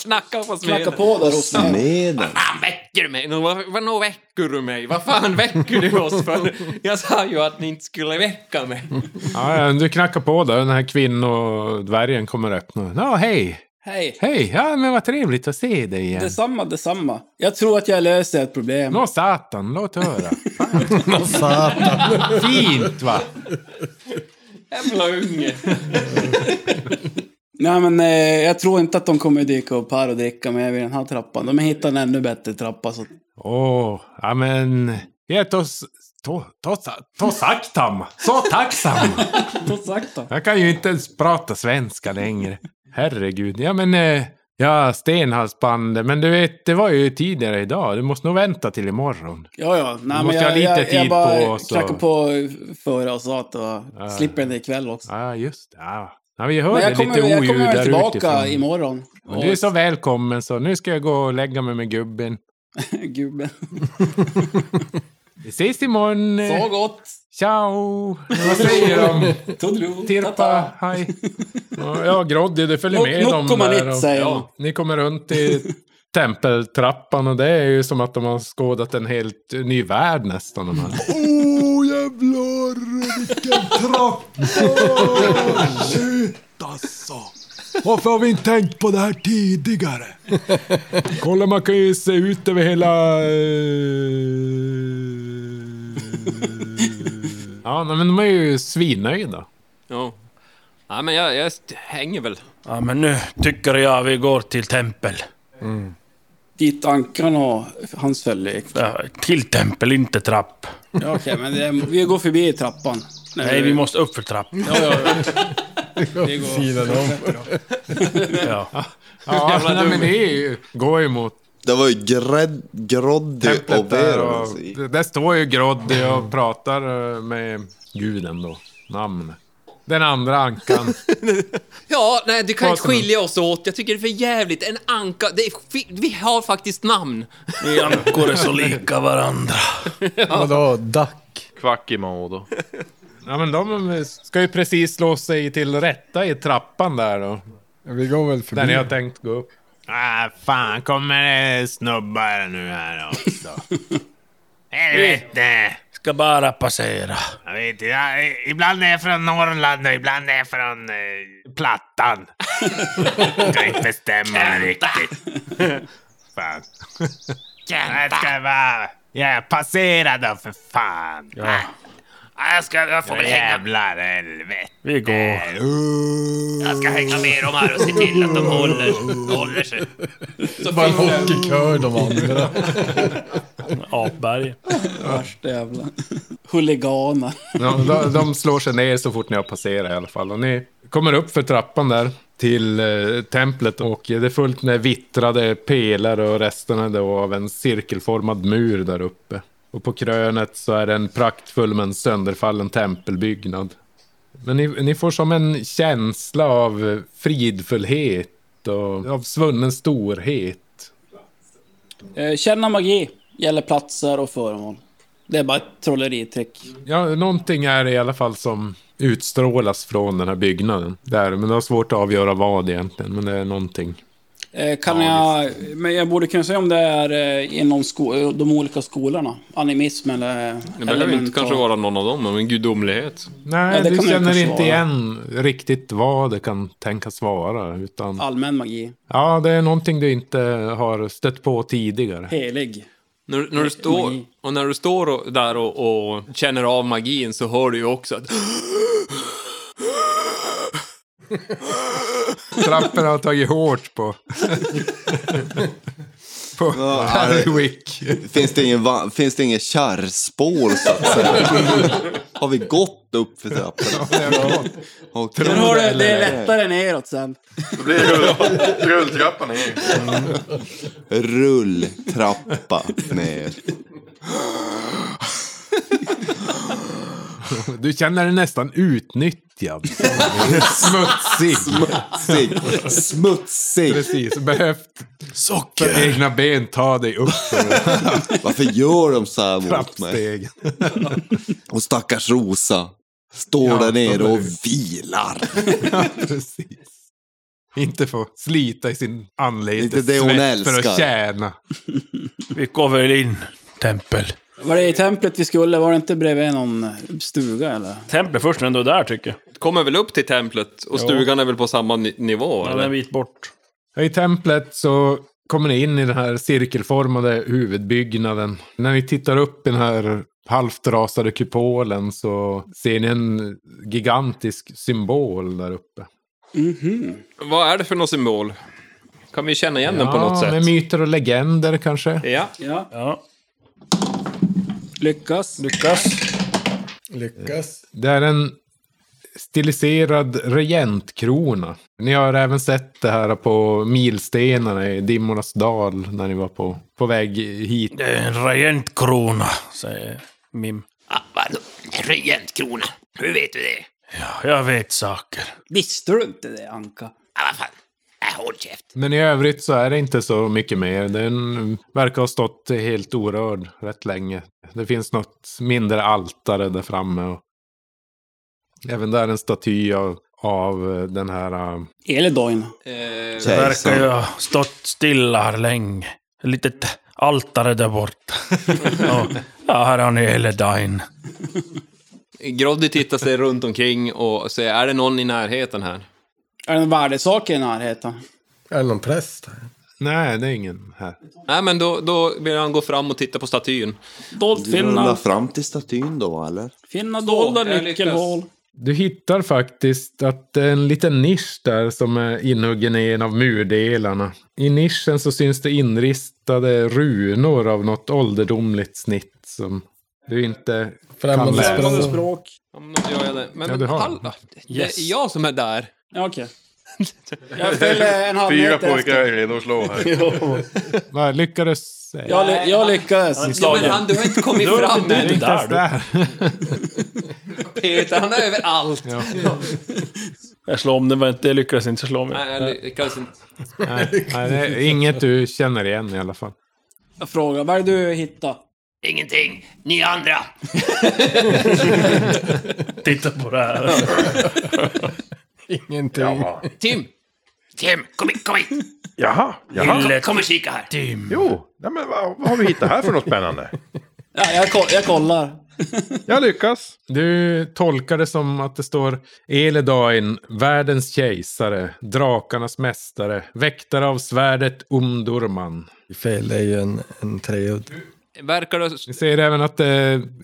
Knacka på smeden. Knacka på där hos mig. Vad fan väcker du mig? Nå, Vad vad- nå väcker du mig? Vad fan väcker du oss för? Jag sa ju att ni inte skulle väcka mig. Ja, ja, du knackar på där. Den här kvinnodvärgen kommer öppna. Ja, hej! Hej! Hej! Ja, men vad trevligt att se dig igen. Detsamma, detsamma. Jag tror att jag löser ett problem. Nå satan, låt höra. Nå satan. Fint va? Jävla unge. Nej men eh, jag tror inte att de kommer dyka upp här och dricka med vid den här trappan. De har hittat en ännu bättre trappa. Så... Åh, ja men... Jag är tos, to, tos, tosaktam. Så tacksam. tosaktam. Jag kan ju inte ens prata svenska längre. Herregud. Ja men... Eh, ja, stenhalsbandet. Men du vet, det var ju tidigare idag. Du måste nog vänta till imorgon. Ja, ja. Nej, Du men måste jag, ha lite jag, jag tid bara på oss och- knackade på före och sa att det var... Ja. Slipper den ikväll också. Ja, just det. Ja. Ja, vi Men hörde jag kommer, lite jag oljud kommer väl där tillbaka utifrån. imorgon. Men du är så välkommen så nu ska jag gå och lägga mig med gubben. Gubben. Vi ses imorgon. eh. Så gott! Ciao! Vad säger de? Tirpa, hej. Ja, Ja, Groddy, du följer Nå- med något dem kommer där. nytt, säger de. ja, ni kommer runt i tempeltrappan och det är ju som att de har skådat en helt ny värld nästan. De här. Åh oh, jävlar vilken trappa! Shit alltså! Varför har vi inte tänkt på det här tidigare? Kolla, man kan ju se ut över hela... eh, Ja, nej, men de är ju svinnöjda. Ja. Nej, men jag, jag st- hänger väl. Ja, men nu tycker jag vi går till tempel. dit ankan och hans följe. Till tempel, inte trapp. Ja, Okej, men det, är- vi går förbi trappan. Nej, vi måste upp för trappan. Ja, ja, ja. Det går sidan om. Ja. Ja, nej, men det är ju... Går ju mot... Det var ju grädd, Groddy och alltså. templet där. Beron. Och, det- där står ju Groddy och pratar eh, med guden då. Namn. Den andra ankan. Ja, nej, du kan Vad inte ska man- skilja oss åt. Jag tycker det är för jävligt. En anka... Det är, fi- vi har faktiskt namn. Vi ankor är så lika varandra. Vadå, Dack? Kvackimodo. Ja, men de ska ju precis slå sig till rätta i trappan där då. Vi går väl förbi. Där ni har tänkt gå upp. Ah, fan, kommer det snubbar nu här också? Helvete! Ska bara passera. Jag vet inte, jag, ibland är jag från Norrland och ibland är jag från eh, Plattan. kan inte bestämma mig riktigt. Fan. Jag ska bara... Ja, passera då för fan. Ja. Ja, jag, ska, jag får väl hänga. Jävlar helvete. Vi går. Jag ska hänga med dem här och se till att de håller, håller sig. Så Bara en hockeykör de andra. Apberg. Värsta jävla huliganer. De, de, de slår sig ner så fort ni har passerat i alla fall. Och ni kommer upp för trappan där till eh, templet och det är fullt med vittrade pelare och resterna då av en cirkelformad mur där uppe. Och på krönet så är det en praktfull men sönderfallen tempelbyggnad. Men ni, ni får som en känsla av eh, fridfullhet och av svunnen storhet. Eh, Känna magi gäller platser och föremål. Det är bara ett trolleritrick. Ja, någonting är det i alla fall som utstrålas från den här byggnaden. Där, men det var svårt att avgöra vad egentligen, men det är någonting. Eh, Kan jag... Men jag borde kunna säga om det är eh, inom sko- de olika skolorna. Animism eller... Det behöver inte elemental. kanske vara någon av dem, men gudomlighet. Nej, Ja, det du kan man ju känner kanske inte vara. igen riktigt vad det kan tänkas vara. Utan, Allmän magi. ja, det är någonting du inte har stött på tidigare. Helig. När, när, Eh, du står, och när du står och, där och, och känner av magin så hör du ju också att... Trapporna har tagit hårt på... på Berwick. Finns det ingen, va- finns det ingen kärrspår så att säga? Har vi gått upp för trappan? Okej. Men hör du, det är lättare neråt sen. Då blir det rulltrappan igen. Rulltrappa ner. Du känner dig nästan utnyttjad. Smutsig. Smutsig. Smutsig. Precis, behövt för egna ben ta dig upp. Varför gör de så här mot mig? Trappsteg. Och stackars Rosa. Står Ja, där nere de är- och vilar. Inte få slita i sin anlete Inte det hon svett för älskar. att tjäna. Vi går väl in. Tempel. Var det i templet vi skulle? Var det inte bredvid någon eh, stuga eller? Templet först, ändå där tycker jag. Kommer väl upp till templet och Ja. stugan är väl på samma ni- nivå? Ja, eller? en bit bort. Ja, I templet så kommer ni in i den här cirkelformade huvudbyggnaden. När ni tittar upp i den här halvt rasade kupolen så ser ni en gigantisk symbol där uppe. Vad är det för någon symbol? Kan vi känna igen den på något sätt? med myter och legender kanske. Ja. Ja. ja. Lyckas. Lyckas. Lyckas. Det är en stiliserad regentkrona. Ni har även sett det här på milstenarna i Dimmornas dal när ni var på, på väg hit. Det är en regentkrona, Eh, säger Mim. Ah, vadå? Regentkrona? Hur vet du det? Ja, jag vet saker. Visste du inte det, Anka? Ah, vad fan. Äh, håll käft. Men i övrigt så är det inte så mycket mer. Den verkar ha stått helt orörd rätt länge. Det finns något mindre altare där framme. Och även där en staty av, av eh, den här... eh, Eledoin. Det Kejsaren. verkar ju ha stått stilla här länge. Ett litet altare där borta. ja, ja, här har ni Eledain. Groddy tittar sig runt omkring och säger, är det någon i närheten här? Är det en värdesak i närheten? Är det någon präst här? Nej, det är ingen här. Nej, men då, då vill han gå fram och titta på statyn. Dolt Rulla fram till statyn då eller? Finna dolda jag lyckas. nyckelhål. Du hittar faktiskt att det är en liten nisch där som är inhuggen i en av murdelarna. I nischen så syns det inristade runor av något ålderdomligt snitt som du inte kan läsa. Främmande språk. Ja, men då gör jag det. Men Ja, du har. hallå, det Yes. är jag som är där. Ja, okej. Jag fäller en halv Fyra meter pojkar är efter. redo att slå här. Vad lyckades... Jag, ly- jag lyckades. Ja, men han, du har inte kommit fram är än. inte ens där. Peter, han är överallt. Jag slår om den, men det lyckades inte slå mig. Nej, jag lyckades inte. Nej, nej, det är inget du känner igen i alla fall. Jag frågar, vad är det du hittar? Ingenting. Ni andra. Titta på det här. Ingenting. Tim! Tim, kom hit, kom hit! Jaha, Kom, jaha. kom och kika här. Tim. Jo, nej, men vad, vad har vi hittat här för något spännande? Ja, jag, ko- jag kollar. Jag lyckas. Du tolkar det som att det står Eledain, världens kejsare, drakarnas mästare, väktare av svärdet Umdurman. Fel är ju en, en treudd. Verkar det... Ni ser även att eh,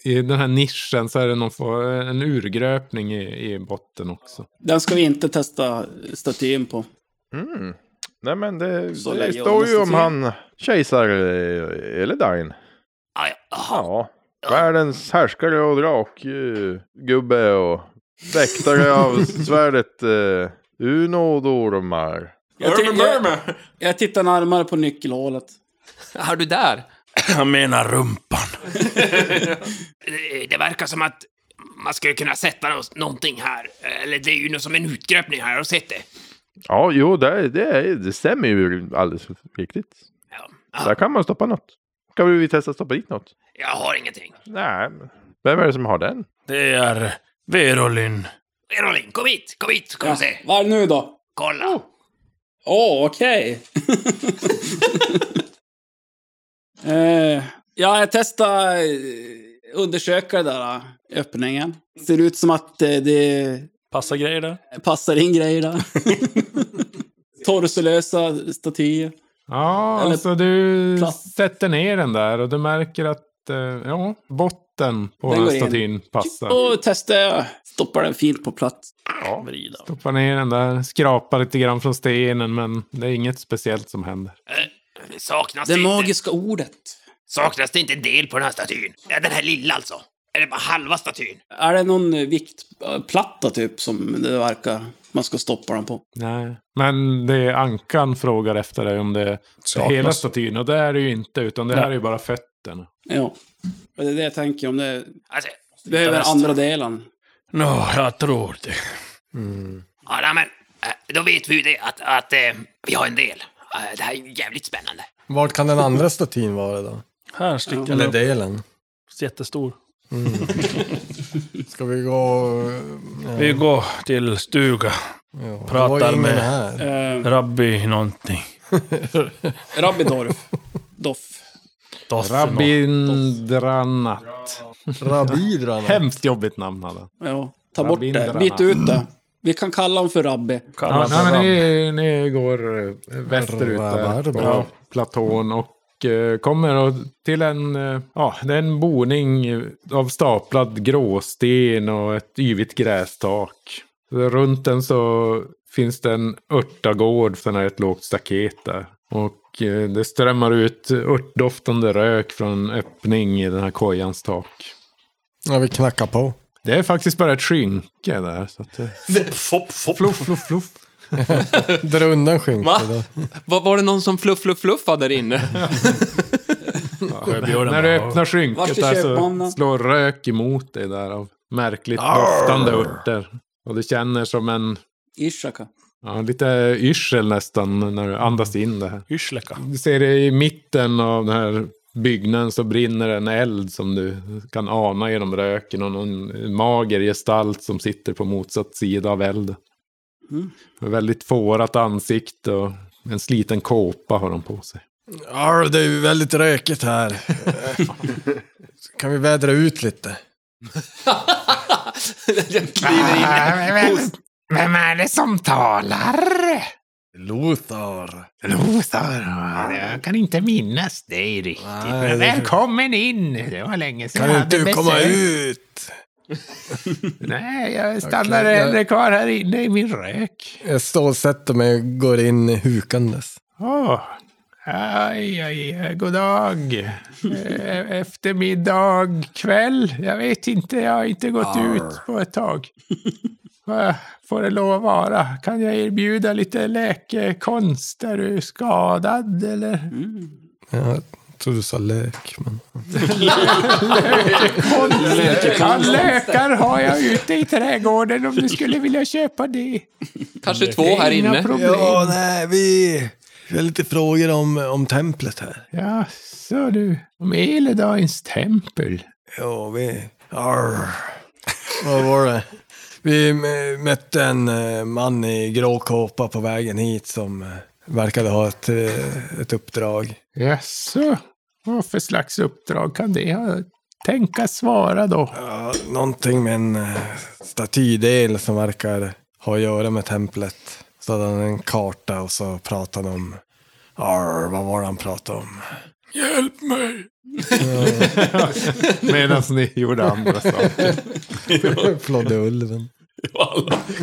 i den här nischen så är det någon for, en urgröpning i, i botten också. Den ska vi inte testa statyn på. Mm. Nej men det, Så det lägger jag står om ju om statyn. han kejsar eh, Eledain. Ah, Ja, världens härskare och drakgubbe och väktare av svärdet eh, Unodormar. Jag, ti- jag, jag tittar närmare på nyckelhålet. Är du där? Han menar rumpan. Det, det verkar som att man skulle kunna sätta nå- någonting här. Eller det är ju något som en utgröpning här. Har du sett det? Ja, jo, det, det, är- det stämmer ju alldeles riktigt. Där kan man stoppa något. Kan vi testa att stoppa dit något? Jag har ingenting. Nej, men vem är det som har den? Det är Verolyn. Verolin, kom hit! Kom hit så kan Ja, du se. vad är det nu då? Kolla! Oh. Åh, okej. eh, ja, jag testar eh, undersöka den där eh, öppningen. Ser ut som att eh, det passar grejer där. Passar in grejer där. Torsolösa statyer. Ja, Eller- alltså du sätter ner den där och du märker att eh, ja, botten på den, här Mm. Den går in. statyn passar. Och testar jag. Stoppar den fint på plats. Ja. Stoppar ner den där, skrapar lite grann från stenen men det är inget speciellt som händer. Det saknas Det inte. magiska ordet. Saknas det inte en del på den här statyn? Ja, den här lilla alltså. Eller bara halva statyn. Är det någon eh, viktplatta typ som det verkar man ska stoppa den på? Nej. Men det är Ankan frågar efter dig om det är Saknas. hela statyn och det är det ju inte utan det här Nej. är ju bara fötterna. Ja. Och Det är det jag tänker om det alltså, behöver resten. andra delen. Nå, jag tror det. Ja, nej, men eh, då vet vi ju det att, att eh, vi har en del. Eh, Det här är ju jävligt spännande. Vart kan den andra statyn vara då? Här sticker Eller den upp. delen. Jättestor. Mm. Ska vi gå... Ja. Vi går till stuga. var Pratar ingen med här. Eh. rabbi någonting. Rabidorf. Doff. Doff. Rabindranat. Rabindranat. Hemskt jobbigt namn hade han. Ja, ta bort det. Rabindranath. Byt ut det. Vi kan kalla honom för Rabbi. Ja, nej, men ni, ni går eh, västerut där Rabarber. på platån och eh, kommer och till en, eh, ja, det är en boning av staplad gråsten och ett yvigt grästak. Runt den så finns det en örtagård, för den är ett lågt staket där. Och eh, det strömmar ut örtdoftande rök från en öppning i den här kojans tak. Ja, vi knackar på. Det är faktiskt bara ett skynke där. Så att, eh, Fopp, fopp. Fluff, fluff, fluff. Dra undan Va? skynket. då. Var, var det någon som fluff, fluff, fluffade där inne? Sjöbjörnen När du bara- öppnar skynket Vart är där så köpmannen? slår rök emot dig där av märkligt Ah. Arr! doftande örter. Och du känner som en, Ishaka. ja, lite yrsel nästan när du andas in det här. Yrsleka. Du ser det i mitten av den här byggnaden så brinner en eld som du kan ana genom röken och någon mager gestalt som sitter på motsatt sida av elden. Mm. Med väldigt fårat ansikte och en sliten kåpa har de på sig. Ja, det är ju väldigt rökigt här. Eh, kan vi vädra ut lite? Vem är det som talar? Lothar. Lothar? Jag kan inte minnas dig riktigt. Nej, det- Välkommen in! Det var länge sedan Kan jag inte hade du komma besök. ut? Nej, jag stannar Okej, jag- hellre kvar här inne i min rök. Jag står och sätter mig och går in hukandes. Åh, aj, aj, aj, god dag. Eh, Eftermiddag, kväll. Jag vet inte, jag har inte gått Arr. ut på ett tag. Vad får det lov att vara? Kan jag erbjuda lite läkekonst? Är du skadad eller? Jag tror du sa lök, men... Kan lökar har jag ute i trädgården om du skulle vilja köpa det. Kanske två här Inga inne. problem. Ja, nej, vi... Vi har lite frågor om, om templet här. Ja, så du. Om Eledains tempel. Ja, vi... Arr. Vad var det? Vi m- mötte en eh, man i grå kåpa på vägen hit som eh, verkade ha ett, eh, ett uppdrag. Jaså? Vad för slags uppdrag kan det ha? Tänkas svara då. Ja, någonting med en eh, statydel som verkar ha att göra med templet. Så hade han en karta och så pratade han om... Arr, vad var det han pratade om? Hjälp mig! Medan ni gjorde andra saker. Flodde ulven.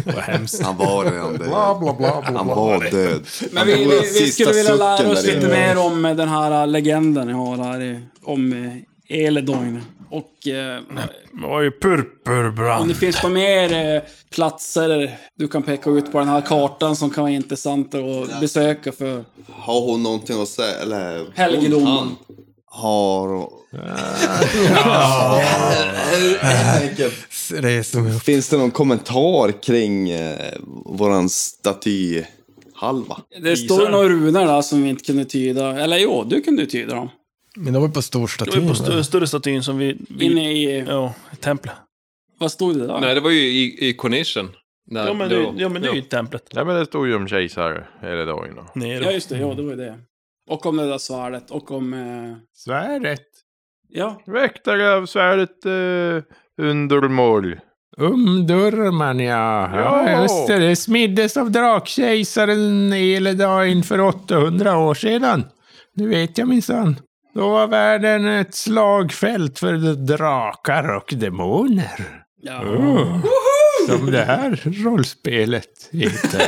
Vad hemskt. Han var redan död. Bla, bla, bla, bla, Han bla. var död. Men vi, Han vi, var vi sista skulle vilja lära sucken oss där lite inne. mer om eh, den här eh, legenden ni har här. eh, Om eh, Eledoin. Och eh, Det var ju om det purpurbrand. finns några mer eh, platser du kan peka ut på den här kartan som kan vara intressanta att besöka för Har hon någonting att säga? Eller... Helgedomen. Han Har hon... Finns det någon kommentar kring eh, våran statyhalva? Det står några runor där som vi inte kunde tyda. Eller jo, du kunde ju tyda dem. Men de var på stor Det var statyn. ju på stö- va? större statyn som vi... vi Inne i... Ja, templet. Vad stod det där? Nej, det var ju i, i Cornition. Där, Ja, men då. det, ja, men det är ju templet. Nej men det stod ju om kejsare hela dagen. då. Nero. Ja, just det. Ja, det var ju det. Och om det där svärdet och om... Eh... Svärdet? Ja. Väktare av svärdet eh, Undermål. Umdurman ja. ja. Ja. just det. Det smiddes av drakkejsaren Eledain för 800 år sedan. Nu vet jag minsann. Då var världen ett slagfält för drakar och demoner. Ja. Oh. Som det här rollspelet heter.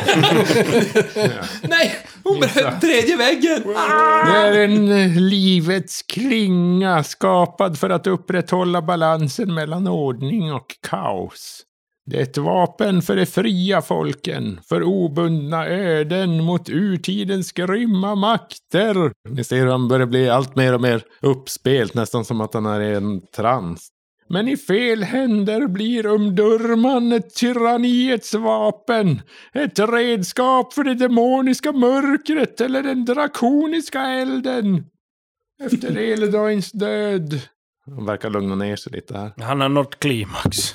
Nej! Hon bröt tredje väggen! Ah! Det är en eh, livets klinga skapad för att upprätthålla balansen mellan ordning och kaos. Det är ett vapen för de fria folken, för obundna öden mot urtidens grymma makter. Ni ser hur han börjar bli allt mer och mer uppspelt, nästan som att han är i en trans. Men i fel händer blir Umdurman ett tyranniets vapen. Ett redskap för det demoniska mörkret eller den drakoniska elden. Efter Eledains död. Han verkar lugna ner sig lite här. Han har nått klimax.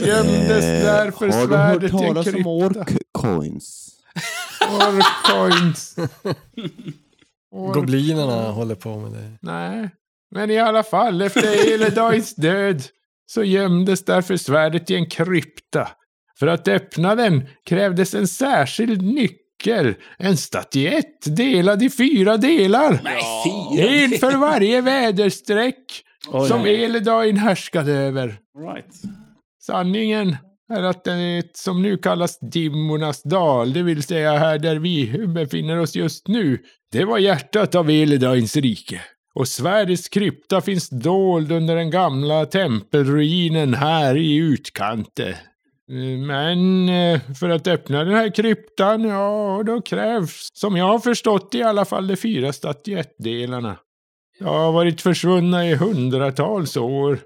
Gömdes därför har du hört svärdet i en talas om krypta. Coins. Orcoins. Goblinerna håller på med det. Nej. Men i alla fall, efter Eledains död så gömdes därför svärdet i en krypta. För att öppna den krävdes en särskild nyckel. En statyett delad i fyra delar. En för varje väderstreck Oj. som Eledain härskade över. Right. Sanningen är att det som nu kallas Dimmornas dal, det vill säga här där vi befinner oss just nu, det var hjärtat av Eledains rike. Och Sveriges krypta finns dold under den gamla tempelruinen här i utkante. Eh, Men eh, för att öppna den här kryptan, ja, då krävs, som jag har förstått i alla fall, de fyra statyettdelarna. Jag har varit försvunna i hundratals år.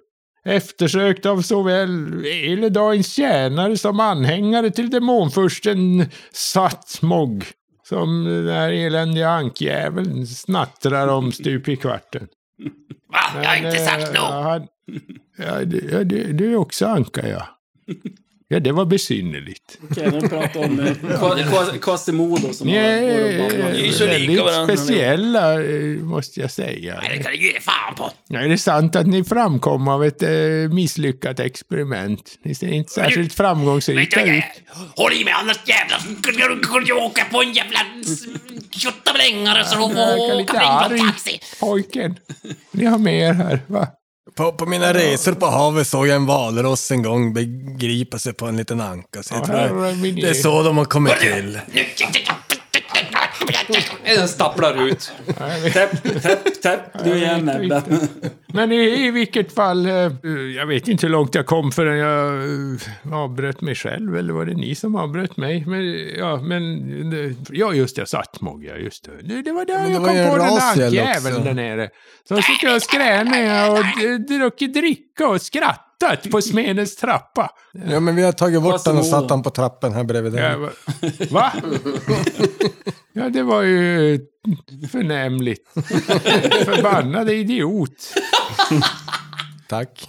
Eftersökt av såväl Eledains tjänare som anhängare till demonfursten Satmog. Som den här eländiga ankjäveln snattrar om stup i kvarten. Va? Jag har inte sagt något. något! Ja, du, ja, du, du är också anka, ja. Ja, det var besynnerligt. Okej, de pratar om eh, Qua- Qua- Quasimodo som Ni har... går och är babblar. eh, väldigt speciella, eh, måste jag säga. Det kan du ge fan på. Ja, är det sant att ni framkom av ett eh, misslyckat experiment? Ni ser inte särskilt framgångsrika ut. Håll i mig annars jävlar så skulle- skulle jag åka på en jävla s- tjottablängare så du Han verkar får åka lite på en arg. taxi. Pojken, ni har med er här, va? På, på mina resor på havet såg jag en valross en gång begripa sig på en liten anka. Så jag Ja, tror här är min det, det är så de har kommit till. Den stapplar ut. Täpp, täpp, täpp. Du igen Ebba. Men i, i vilket fall, eh, jag vet inte hur långt jag kom förrän jag eh, avbröt mig själv. Eller var det ni som avbröt mig? Men, ja, men, eh, ja just det, jag satt Mogge, ja, just det. Nu, Det var där Men det jag var kom ju en på den där rasjäl ankjäveln också. där nere. Som sitter och skräniga och eh, druckit dricka och skrattat på smedens trappa. Ja, men vi har tagit bort Varsågod. den och satt den på trappen här bredvid Ja, dig. va? va? Ja, det var ju förnämligt. Förbannade idiot. Tack.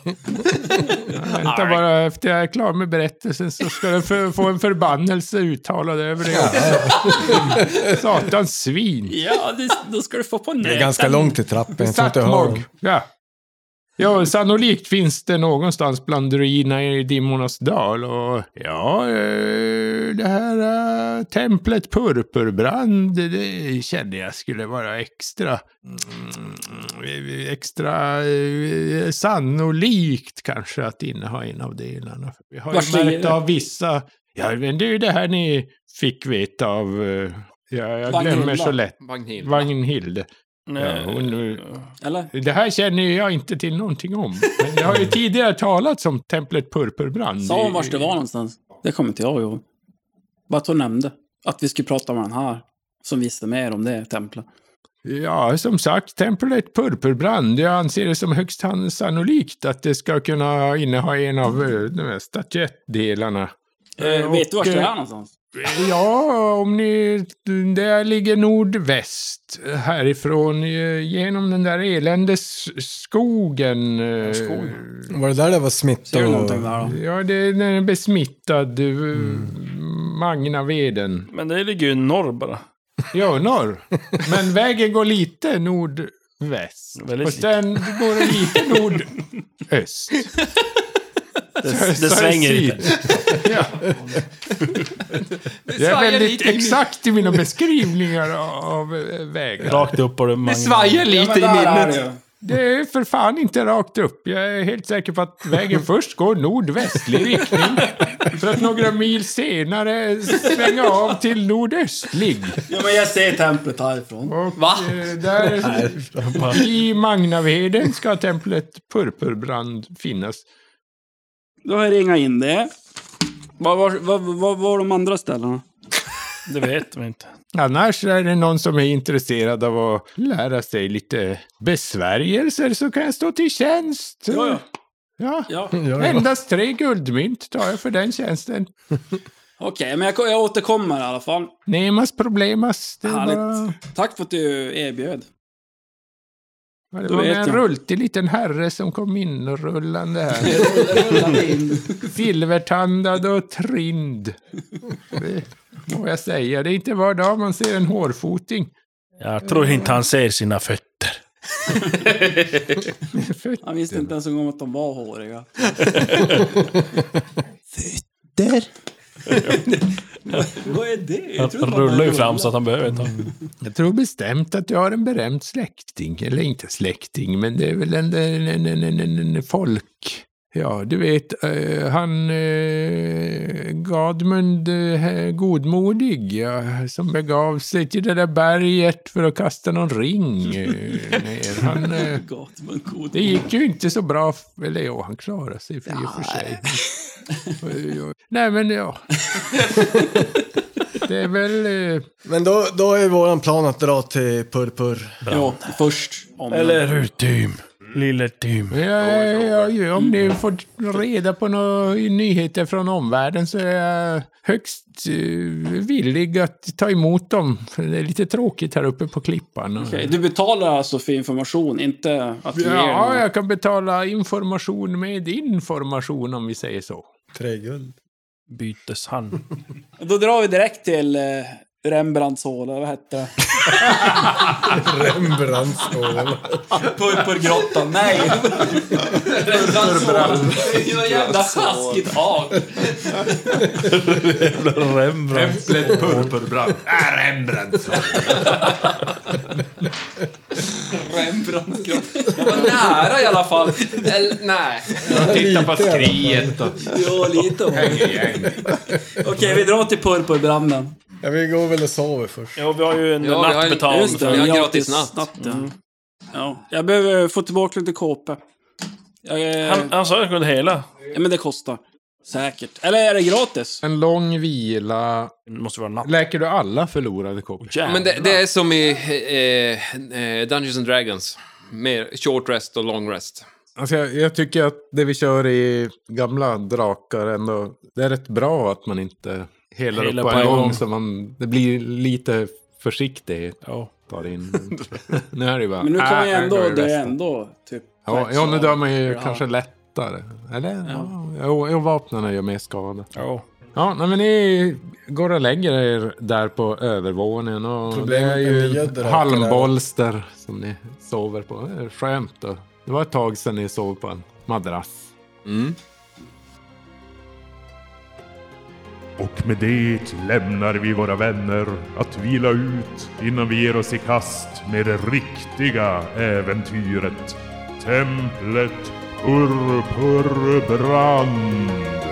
Vänta bara, efter jag är klar med berättelsen så ska den för, få en förbannelse uttalad över dig också. Satans svin. Ja, det, då ska du få på näten. Det är ganska långt till trappen. Jag tror inte jag har Sattmog. Ja. ja, sannolikt finns det någonstans bland ruinerna i Dimmornas dal. Och ja, eh, det här eh, templet Purpurbrand, det kände jag skulle vara extra... mm, Extra eh, sannolikt kanske att inneha en av delarna. Vi har Vart ju ligger märkt det? av vissa... Ja, men det är ju det här ni fick veta av... eh, Ja, jag Vagnhilda. glömmer så lätt. Vagnhilda. Vagnhilde. Ja, Nej. hon, Eller? Det här känner ju jag inte till någonting om. Men det har ju tidigare talats om templet Purpurbrand. Sa hon vars det var någonstans? Det kommer inte jag ihåg. Bara att hon nämnde. Att vi skulle prata med den här. Som visste mer om det templet. Ja, som sagt, templet Purpurbrand. Jag anser det som högst han- sannolikt att det ska kunna inneha en av eh, de här statyettdelarna. Eh, vet du vart och, det är eh, någonstans? Ja, om ni... Där ligger nordväst härifrån eh, genom den där eländes skogen. eh, Var det där det var smitta? Ja, det är när den är besmittad. eh, Magnaveden. Men det ligger ju norr bara. Ja, norr. Men vägen går lite nordväst. Och sen går den lite nordöst. Det, Så- det så är svänger syd. lite. Ja. Jag är svajar väldigt lite in i- exakt i mina beskrivningar av- av eh, vägar. Rakt upp och det Det svajar lite i minnet. Det är för fan inte rakt upp. Jag är helt säker på att vägen först går nordvästlig riktning. För att några mil senare svänga av till nordöstlig. Ja, men jag ser templet härifrån. Va? Där, I Magnaveden ska templet Purpurbrand finnas. Då har jag ringat in det. Vad var, var, var, var de andra ställena? Det vet de inte. Annars är det någon som är intresserad av att lära sig lite besvärjelser så kan jag stå till tjänst. Ja, ja. ja. Endast tre guldmynt tar jag för den tjänsten. Okej, men jag, jag återkommer i alla fall. Nemas problemas. Det är Härligt. bara... Tack för att du erbjöd. Ja, Det Då var vet med en jag. rultig liten herre som kom in och rullande här. Silvertandad och trind. Det må jag säga. Det är inte var dag man ser en hårfoting. Jag tror inte han ser sina fötter. Han visste inte ens en gång att de var håriga. Där. Vad är det? Han trodde bara rullar ju man- fram så att han behöver ta. Jag tror bestämt att jag har en berömd släkting. Eller inte släkting, men det är väl en, en, en, en, en, en, en folk. Ja, du vet, eh, han eh, Gadmund eh, Godmodig, ja, som begav sig till det där berget för att kasta någon ring eh, ner. Han, eh, Gatman god. det gick ju inte så bra, f- eller jo, han klarade sig för i och för sig. Oj, oj. Nej, men ja. Det är väl... eh, Men då, då är våran plan att dra till Purpur. Ja, först. Om Eller hur, Tim? Lille Tim. Ja, ja, ja, om ni Mm. får reda på några nyheter från omvärlden så är jag högst eh, villig att ta emot dem. För det är lite tråkigt här uppe på klippan. Okej, du betalar alltså för information, inte att du ger Ja, någon. jag kan betala information med information om vi säger så. Tre guld. Byteshandel. Då drar vi direkt till eh, Rembrandts håla, vad hette det? Rembrandts håla. Purpurgrottan, nej! Rembrandts håla. Det var jävla taskigt av. Rembrandt. Äpplet Purpurbrand. Ah, Rembrandt. på Rembrandts kropp. Jag var nära i alla fall. Eller nej. Titta på skriet och... Ja, lite. Okej, vi drar till purpurbranden. Ja, vi går väl och sover först. Ja, vi har ju en Ja, vi har en- nattbetalning. just det, för- vi har gratis natt. natt, ja. Mm. Ja, jag behöver få tillbaka lite kåpe. Han- sa jag kunde hela. Ja, men det kostar. Säkert. Eller är det gratis? En lång vila. Måste vara natt. Läker du alla förlorade koppar? Men det, det är som i eh, eh, Dungeons and Dragons. Mer short rest och long rest. Alltså jag, jag tycker att det vi kör i gamla drakar ändå, det är rätt bra att man inte helar Hela upp på en gång. Så man, det blir lite försiktighet. Tar in. nu är det ju bara... Men nu "Ah, kan man ju här ändå går det dö bästa." ändå. Typ. Ja, Rätt ja nu så. dör man ju Ja. kanske lättare. Eller? Ja. Ja. Jo, jo, vapnen gör mer skada. Ja, nej, men ni går och lägger er där på övervåningen. Och Problemet det är med ju nya ett drakar halmbolster som ni sover på. Det är skönt. Och det var ett tag sedan ni sov på en madrass. Och med det lämnar vi våra vänner att vila ut innan vi ger oss i kast med det riktiga äventyret. Templet Urpurbrand.